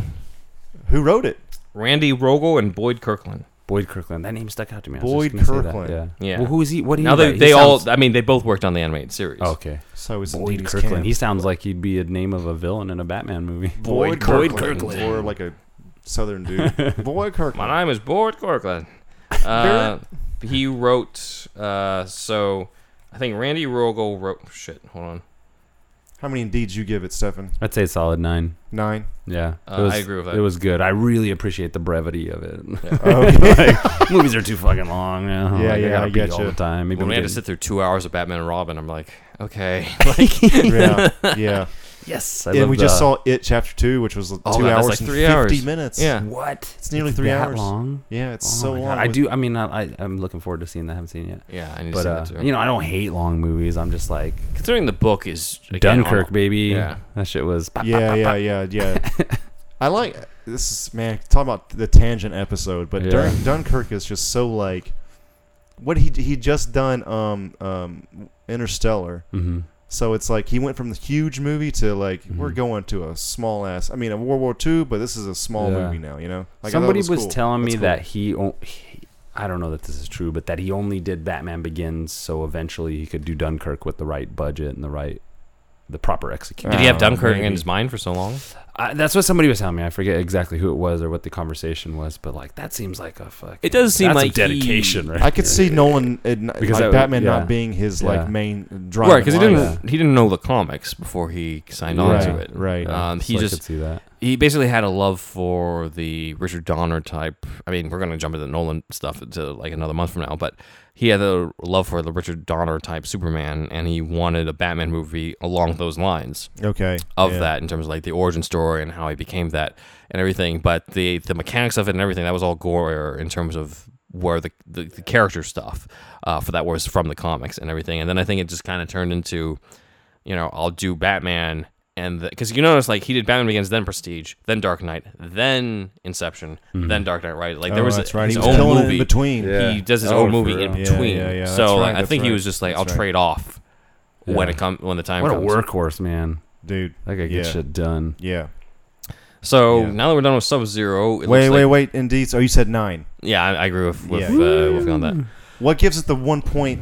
Who wrote it? Randy Rogel and Boyd Kirkland. Boyd Kirkland. That name stuck out to me. I was Boyd just gonna say that, Kirkland. Yeah. Yeah. Well, who is he? Oh. What do you? now they, they all. I mean, they both worked on the animated series. okay. So is Boyd Dini's Kirkland. camp. He sounds like he'd be a name of a villain in a Batman movie. Boyd, Boyd Kirkland, Kirkland. or like a southern dude. Boyd Kirkland. My name is Boyd Kirkland. Uh, he wrote. Uh, so I think Randy Rogel wrote. Shit, hold on. How many indeeds you give it, Stefan? I'd say solid nine. Nine. Yeah, Uh, I agree with that. It was good. I really appreciate the brevity of it. Oh, Okay. Like, movies are too fucking long. You Yeah, know? like, yeah, I gotta I pee getcha. all the time. Maybe when we we had to did- sit through two hours of Batman and Robin, I'm like, okay. yeah, yeah. Yes, I and love we just the- saw it chapter two, which was two Oh, that- that's hours like and three fifty hours. minutes. Yeah. what? it's nearly three that hours. long. Yeah, it's Oh so my God. long. I with- do. I mean, I, I, I'm looking forward to seeing that. I haven't seen it yet. Yeah, I need But to see uh, that too. you know, I don't hate long movies. I'm just like considering the book is again, Dunkirk, on- baby. Yeah. that shit was. yeah, yeah, yeah, yeah. I like this is man talking about the tangent episode, but Yeah. Dun- Dunkirk is just so like what he he just done um um Interstellar. Mm-hmm. So it's like he went from the huge movie to like we're Mhm. going to a small ass. I mean, a World War II, but this is a small Yeah. movie now. You know, like I thought Somebody it was, cool. telling me That's cool. that he, o- he, I don't know that this is true, but that he only did Batman Begins so eventually he could do Dunkirk with the right budget and the right, the proper execution. Did he have Uh, Dunkirk in maybe. his mind for so long? I, that's what somebody was telling me. I forget exactly who it was or what the conversation was, but like that seems like a fuck. It does seem like he- dedication, right? I could see Nolan and Because because that like would- Batman yeah. not being his Yeah. like main driver. Right, because he line. didn't Yeah. he didn't know the comics before he signed on Right, to it. right. Um, he so I just could see that. he basically had a love for the Richard Donner type. I mean, we're gonna jump into the Nolan stuff to like another month from now, but he had a love for the Richard Donner type Superman, and he wanted a Batman movie along those lines Okay. of yeah. that in terms of like the origin story and how he became that and everything. But the the mechanics of it and everything that was all gore in terms of where the the, the character stuff uh, for that was from the comics and everything. And then I think it just kind of turned into, you know, I'll do Batman and because you notice like he did Batman Begins, then Prestige, then Dark Knight, then Inception, Mm-hmm. then Dark Knight. Right? Like Mm-hmm. there Oh, was that's right. his He was own killing it movie. in between. Yeah. He does his Oh, own for movie in real. Yeah, between. yeah, yeah. That's So like, right, I that's think he right. was just like, That's right. I'll trade off when Yeah. it come when the time What a comes. workhorse, man. dude. That guy Yeah. gets shit done. Yeah. So Yeah. now that we're done with Sub Zero, Wait, wait, wait. Indeed. So you said nine. Yeah, I, I agree with with Yeah. uh, Wolfgang on that. What gives it the one point?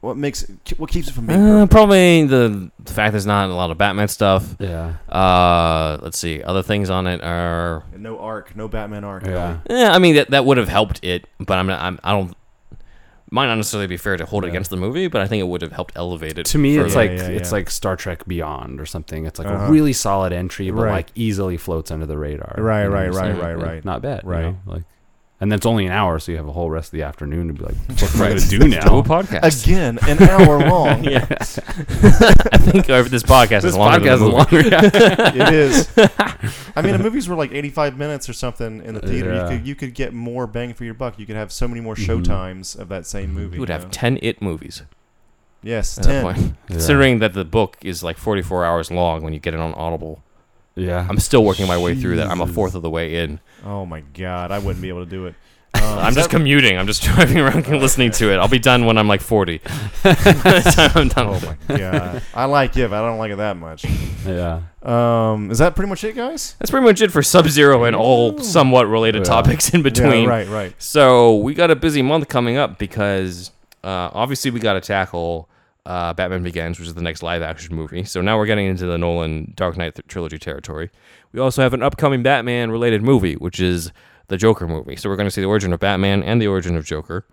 What makes? it- What keeps it from being? Uh, perfect? probably the, the fact there's not a lot of Batman stuff. Yeah. Uh, let's see, other things on it are. No arc. No Batman arc. Yeah. Yeah, I mean that that would have helped it, but I'm not. I'm, I don't. Might not necessarily be fair to hold it Yeah. against the movie, but I think it would have helped elevate it. to me it's Yeah, further. like yeah, it's yeah. like star trek beyond or something it's like a Uh-huh. really solid entry but Right. like easily floats under the radar Right, You know right, what I'm right, saying? right, Like, right. not bad right Right. like and that's only an hour so you have a whole rest of the afternoon to be like what am i going to do Do a now podcast. Again, an hour long. yeah, I think uh, this podcast This is longer. podcast is than the movie. It is. I mean, the movies were like eighty-five minutes or something in the theater. Yeah. You could you could get more bang for your buck. You could have so many more Mhm. showtimes of that same movie. You would you Mm-hmm. have know? ten it movies yes, at that ten. point, considering that the book is like 44 hours long when you get it on Audible. yeah I'm still working my way through that. I'm a Jesus. fourth of the way in. Oh my god, I wouldn't be able to do it. Um, I'm just commuting. I'm just driving around and listening to it. I'll be done when I'm like 40. By the time I'm done. Oh my god, I like it, but I don't like it that much. yeah Um, is that pretty much it, guys? That's pretty much it for Sub Zero and all somewhat related Yeah. topics in Yeah, between. right, right. So we got a busy month coming up because uh, obviously we got to tackle uh, Batman Begins, which is the next live action movie. So now we're getting into the Nolan Dark Knight th- trilogy territory. We also have an upcoming Batman related movie, which is the Joker movie. So we're going to see the origin of Batman and the origin of Joker.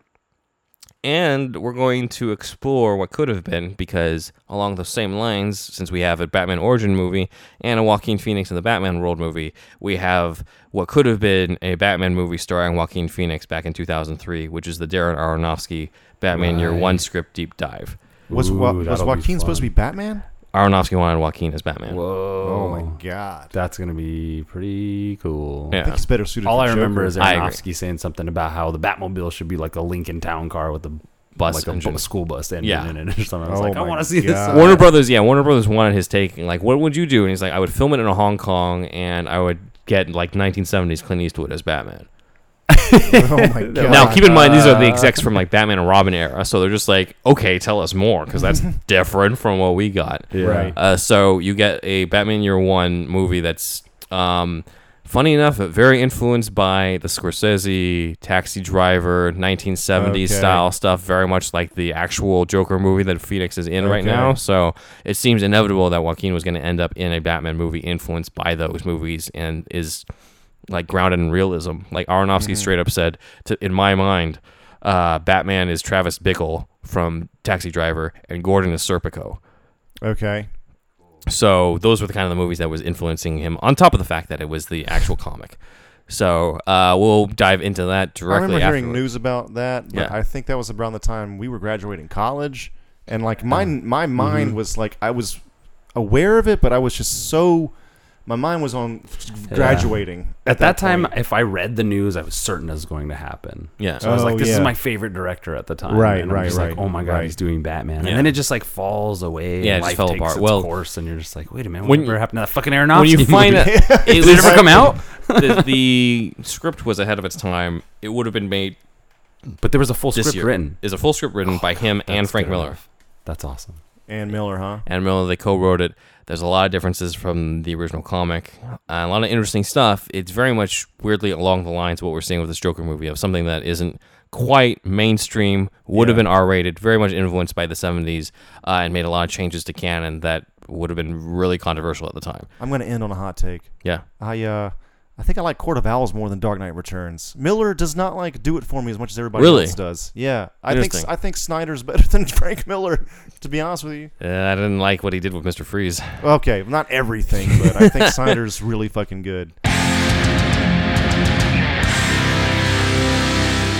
And we're going to explore what could have been because, along those same lines, since we have a Batman origin movie and a Joaquin Phoenix in the Batman world movie, we have what could have been a Batman movie starring Joaquin Phoenix back in 2003, which is the Darren Aronofsky Batman Year Right. One script deep dive. Was Ooh, Wa- was that'll be Joaquin supposed to be fun. Batman? Aronofsky wanted Joaquin as Batman. whoa Oh, my god, that's going to be pretty cool I Yeah. think he's better suited. all for i remember Joker. is I agree. aronofsky saying something about how the batmobile should be like a lincoln town car with a Bus like a, bu- engine. school bus engine Yeah. in it or something i was Oh like i my want to see this God. Warner Brothers, yeah, Warner Brothers wanted his take. and, Like, what would you do? And he's like, I would film it in Hong Kong, and I would get like 1970s Clint Eastwood as Batman. oh my god. Now, keep in mind, these Uh, are the execs from like Batman and Robin era, so they're just like, okay, tell us more, because that's different from what we got. Yeah. Right. Uh, so you get a Batman Year One movie that's, um, funny enough, but very influenced by the Scorsese Taxi Driver 1970s Okay. style stuff, very much like the actual Joker movie that Phoenix is in right Okay. now. So it seems inevitable that Joaquin was going to end up in a Batman movie influenced by those movies and is like grounded in realism. Like Mm-hmm. Aronofsky straight up said, to, in my mind, uh, Batman is Travis Bickle from Taxi Driver and Gordon is Serpico. okay. So those were the kind of the movies that was influencing him. On top of the fact that it was the actual comic. So uh, we'll dive into that I remember directly. hearing afterward. news about that. But Yeah. I think that was around the time we were graduating college, and like my my mind was like I was I aware of it, but I was just so my mind was on graduating At, that, time, point. if I read the news, I was certain it was going to happen. Yeah. So I was Oh, like, this is yeah. my favorite director at the time. Right, and I'm right, just right, Like, oh my God, right. he's doing Batman. Yeah. And then it just like falls away. Yeah, it and just life fell takes apart. Its Well- course, and you're just like, wait a minute, When- whatever happened to that fucking when Aronofsky you find movie? that it, Did it ever come out? the, the script was ahead of its time, it would have been made But there was a full This script year. written. is a full script written by him and That's Frank good Miller. enough. That's awesome. and Miller, huh? and Miller they co-wrote it. There's a lot of differences from the original comic, uh, a lot of interesting stuff. It's very much weirdly along the lines of what we're seeing with this Joker movie of something that isn't quite mainstream, would have Yeah. been R-rated, very much influenced by the 70s, uh, and made a lot of changes to canon that would have been really controversial at the time. I'm gonna end on a hot take. Yeah, I uh I think I like Court of Owls more than Dark Knight Returns. Miller does not like do it for me as much as everybody Really? else does. Yeah, I think Interesting. I think Snyder's better than Frank Miller. To be honest with you, Uh, I didn't like what he did with Mister Freeze. okay, not everything, but I think Snyder's really fucking good.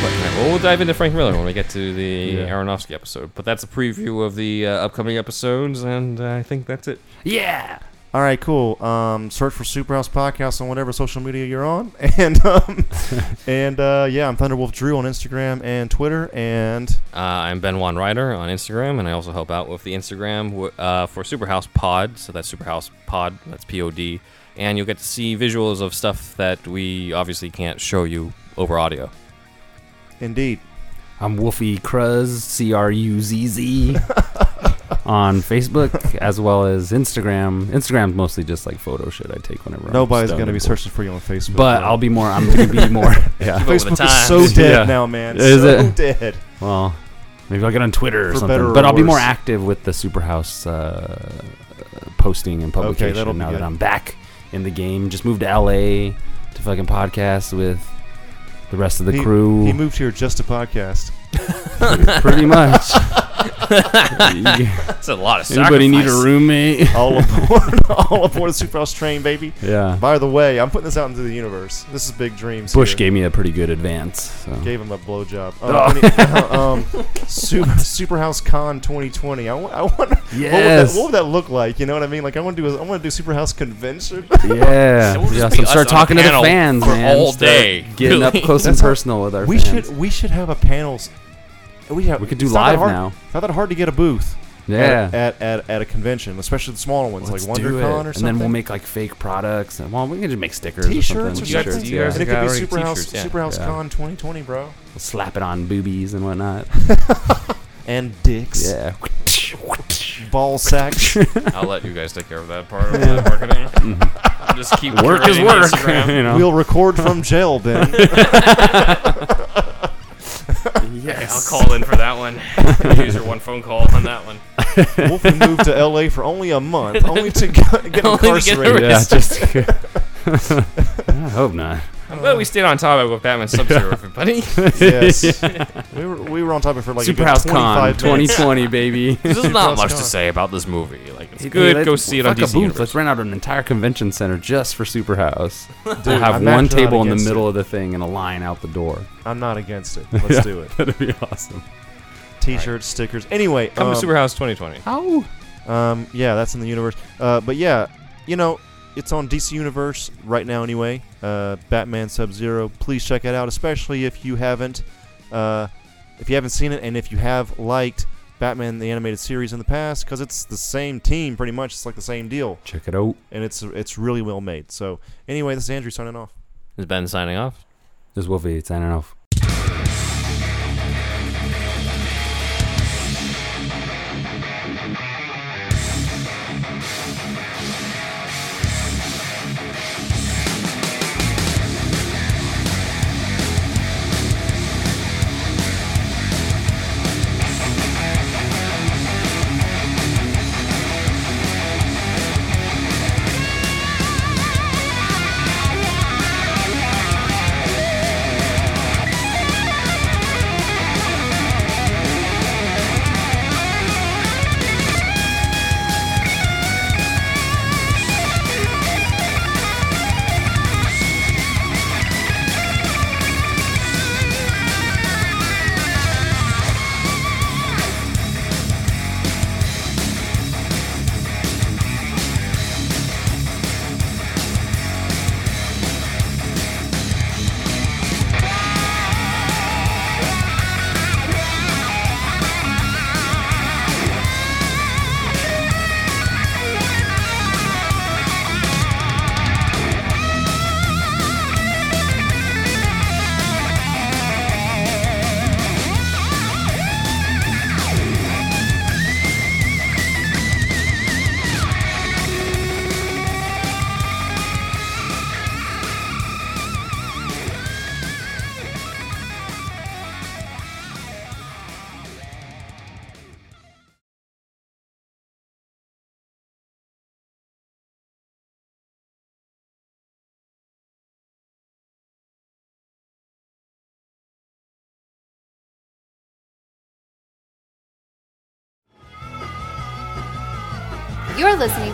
But yeah, well, we'll dive into Frank Miller when we get to the Yeah. Aronofsky episode. But that's a preview of the uh, upcoming episodes, and uh, I think that's it. Yeah. All right, cool. Um, search for Superhouse Podcast on whatever social media you're on, and um, and uh, yeah, I'm Thunderwolf Drew on Instagram and Twitter, and Uh, I'm Ben Juan Ryder on Instagram, and I also help out with the Instagram w- uh, for Superhouse Pod. So that's Superhouse Pod, that's P O D. And you'll get to see visuals of stuff that we obviously can't show you over audio. indeed, I'm Wolfie Cruz, C R U Z Z, on Facebook as well as Instagram. Instagram's mostly just like photo shit I take whenever. I'm nobody's stoned gonna be and searching for you on Facebook. But bro. I'll be more. I'm gonna be more. yeah. Keep up with the Facebook is times. so dead Yeah. now, man. Is so it? dead. Well, maybe I'll get on Twitter or For better something. or But I'll be more worse. active with the Superhouse uh, posting and that'll publication be now that good. I'm back in the game. Just moved to LA to fucking podcast with the rest of the He- crew. He moved here just to podcast. pretty much. Yeah. That's a lot of Anybody need a roommate? All aboard! all aboard the Superhouse train, baby. yeah. By the way, I'm putting this out into the universe. This is big dreams. Bush here. gave me a pretty good advance. So. Oh. gave him a blowjob. Um, any- uh, um, Super, Superhouse Con 2020. I, wa- I want. Yes. What would, that, what would that look like? You know what I mean? Like I want to do. A, I want to do Superhouse convention. yeah. It would just yeah be us so on start a talking to the panel fans, for man. all Start day, Getting really. up close and That's how- personal with our we fans. should. We should have a panel. We, have, We could do it's not that live hard- now. Not that hard to get a booth. Yeah. At at, at, at a convention, especially the smaller ones Let's like do it. WonderCon or And something. then we'll make like fake products. And, well, we can just make stickers T-shirts or You guys- something. you guys and it got could be already Superhouse t-shirts, yeah. Superhouse Yeah. Con 2020, bro. We'll slap it on boobies and whatnot. And dicks, Yeah. ball sacks. I'll let you guys take care of that part of the marketing. I'll just keep work is curating Mm-hmm. work. Instagram. you know? we'll record from jail, Ben. yes. I'll call in for that one. Use your one phone call on that one. Wolfie moved to LA for only a month, only to get, get Only to get incarcerated. Yeah, just. I hope not. I'm glad we stayed on topic with Batman Sub-Zero, everybody. yes. we, were, we were on topic for like a good Superhouse Con 25 minutes. 2020, baby. There's not much to Crosscut. say about this movie. Like it's Hey, good. let's- Go see it on fuck a DC booth. Universe. Let's rent out an entire convention center just for Superhouse. Dude, have I'm one actually not table in the against middle of the thing and a line out the door. it. I'm not against it. Let's Yeah. do it. That'd be awesome. T-shirts, stickers. Anyway, Come um, to Superhouse 2020. Ow. um, yeah, that's in the universe. Uh, but yeah, you know, it's on DC Universe right now anyway. Uh, Batman Sub Zero. Please check it out, especially if you haven't, uh, if you haven't seen it, and if you have liked Batman the animated series in the past, because it's the same team pretty much. It's like the same deal, Check it out. and it's it's really well made. So anyway, this is Andrew signing off. Is Ben signing off? This is Wolfie signing off. You're listening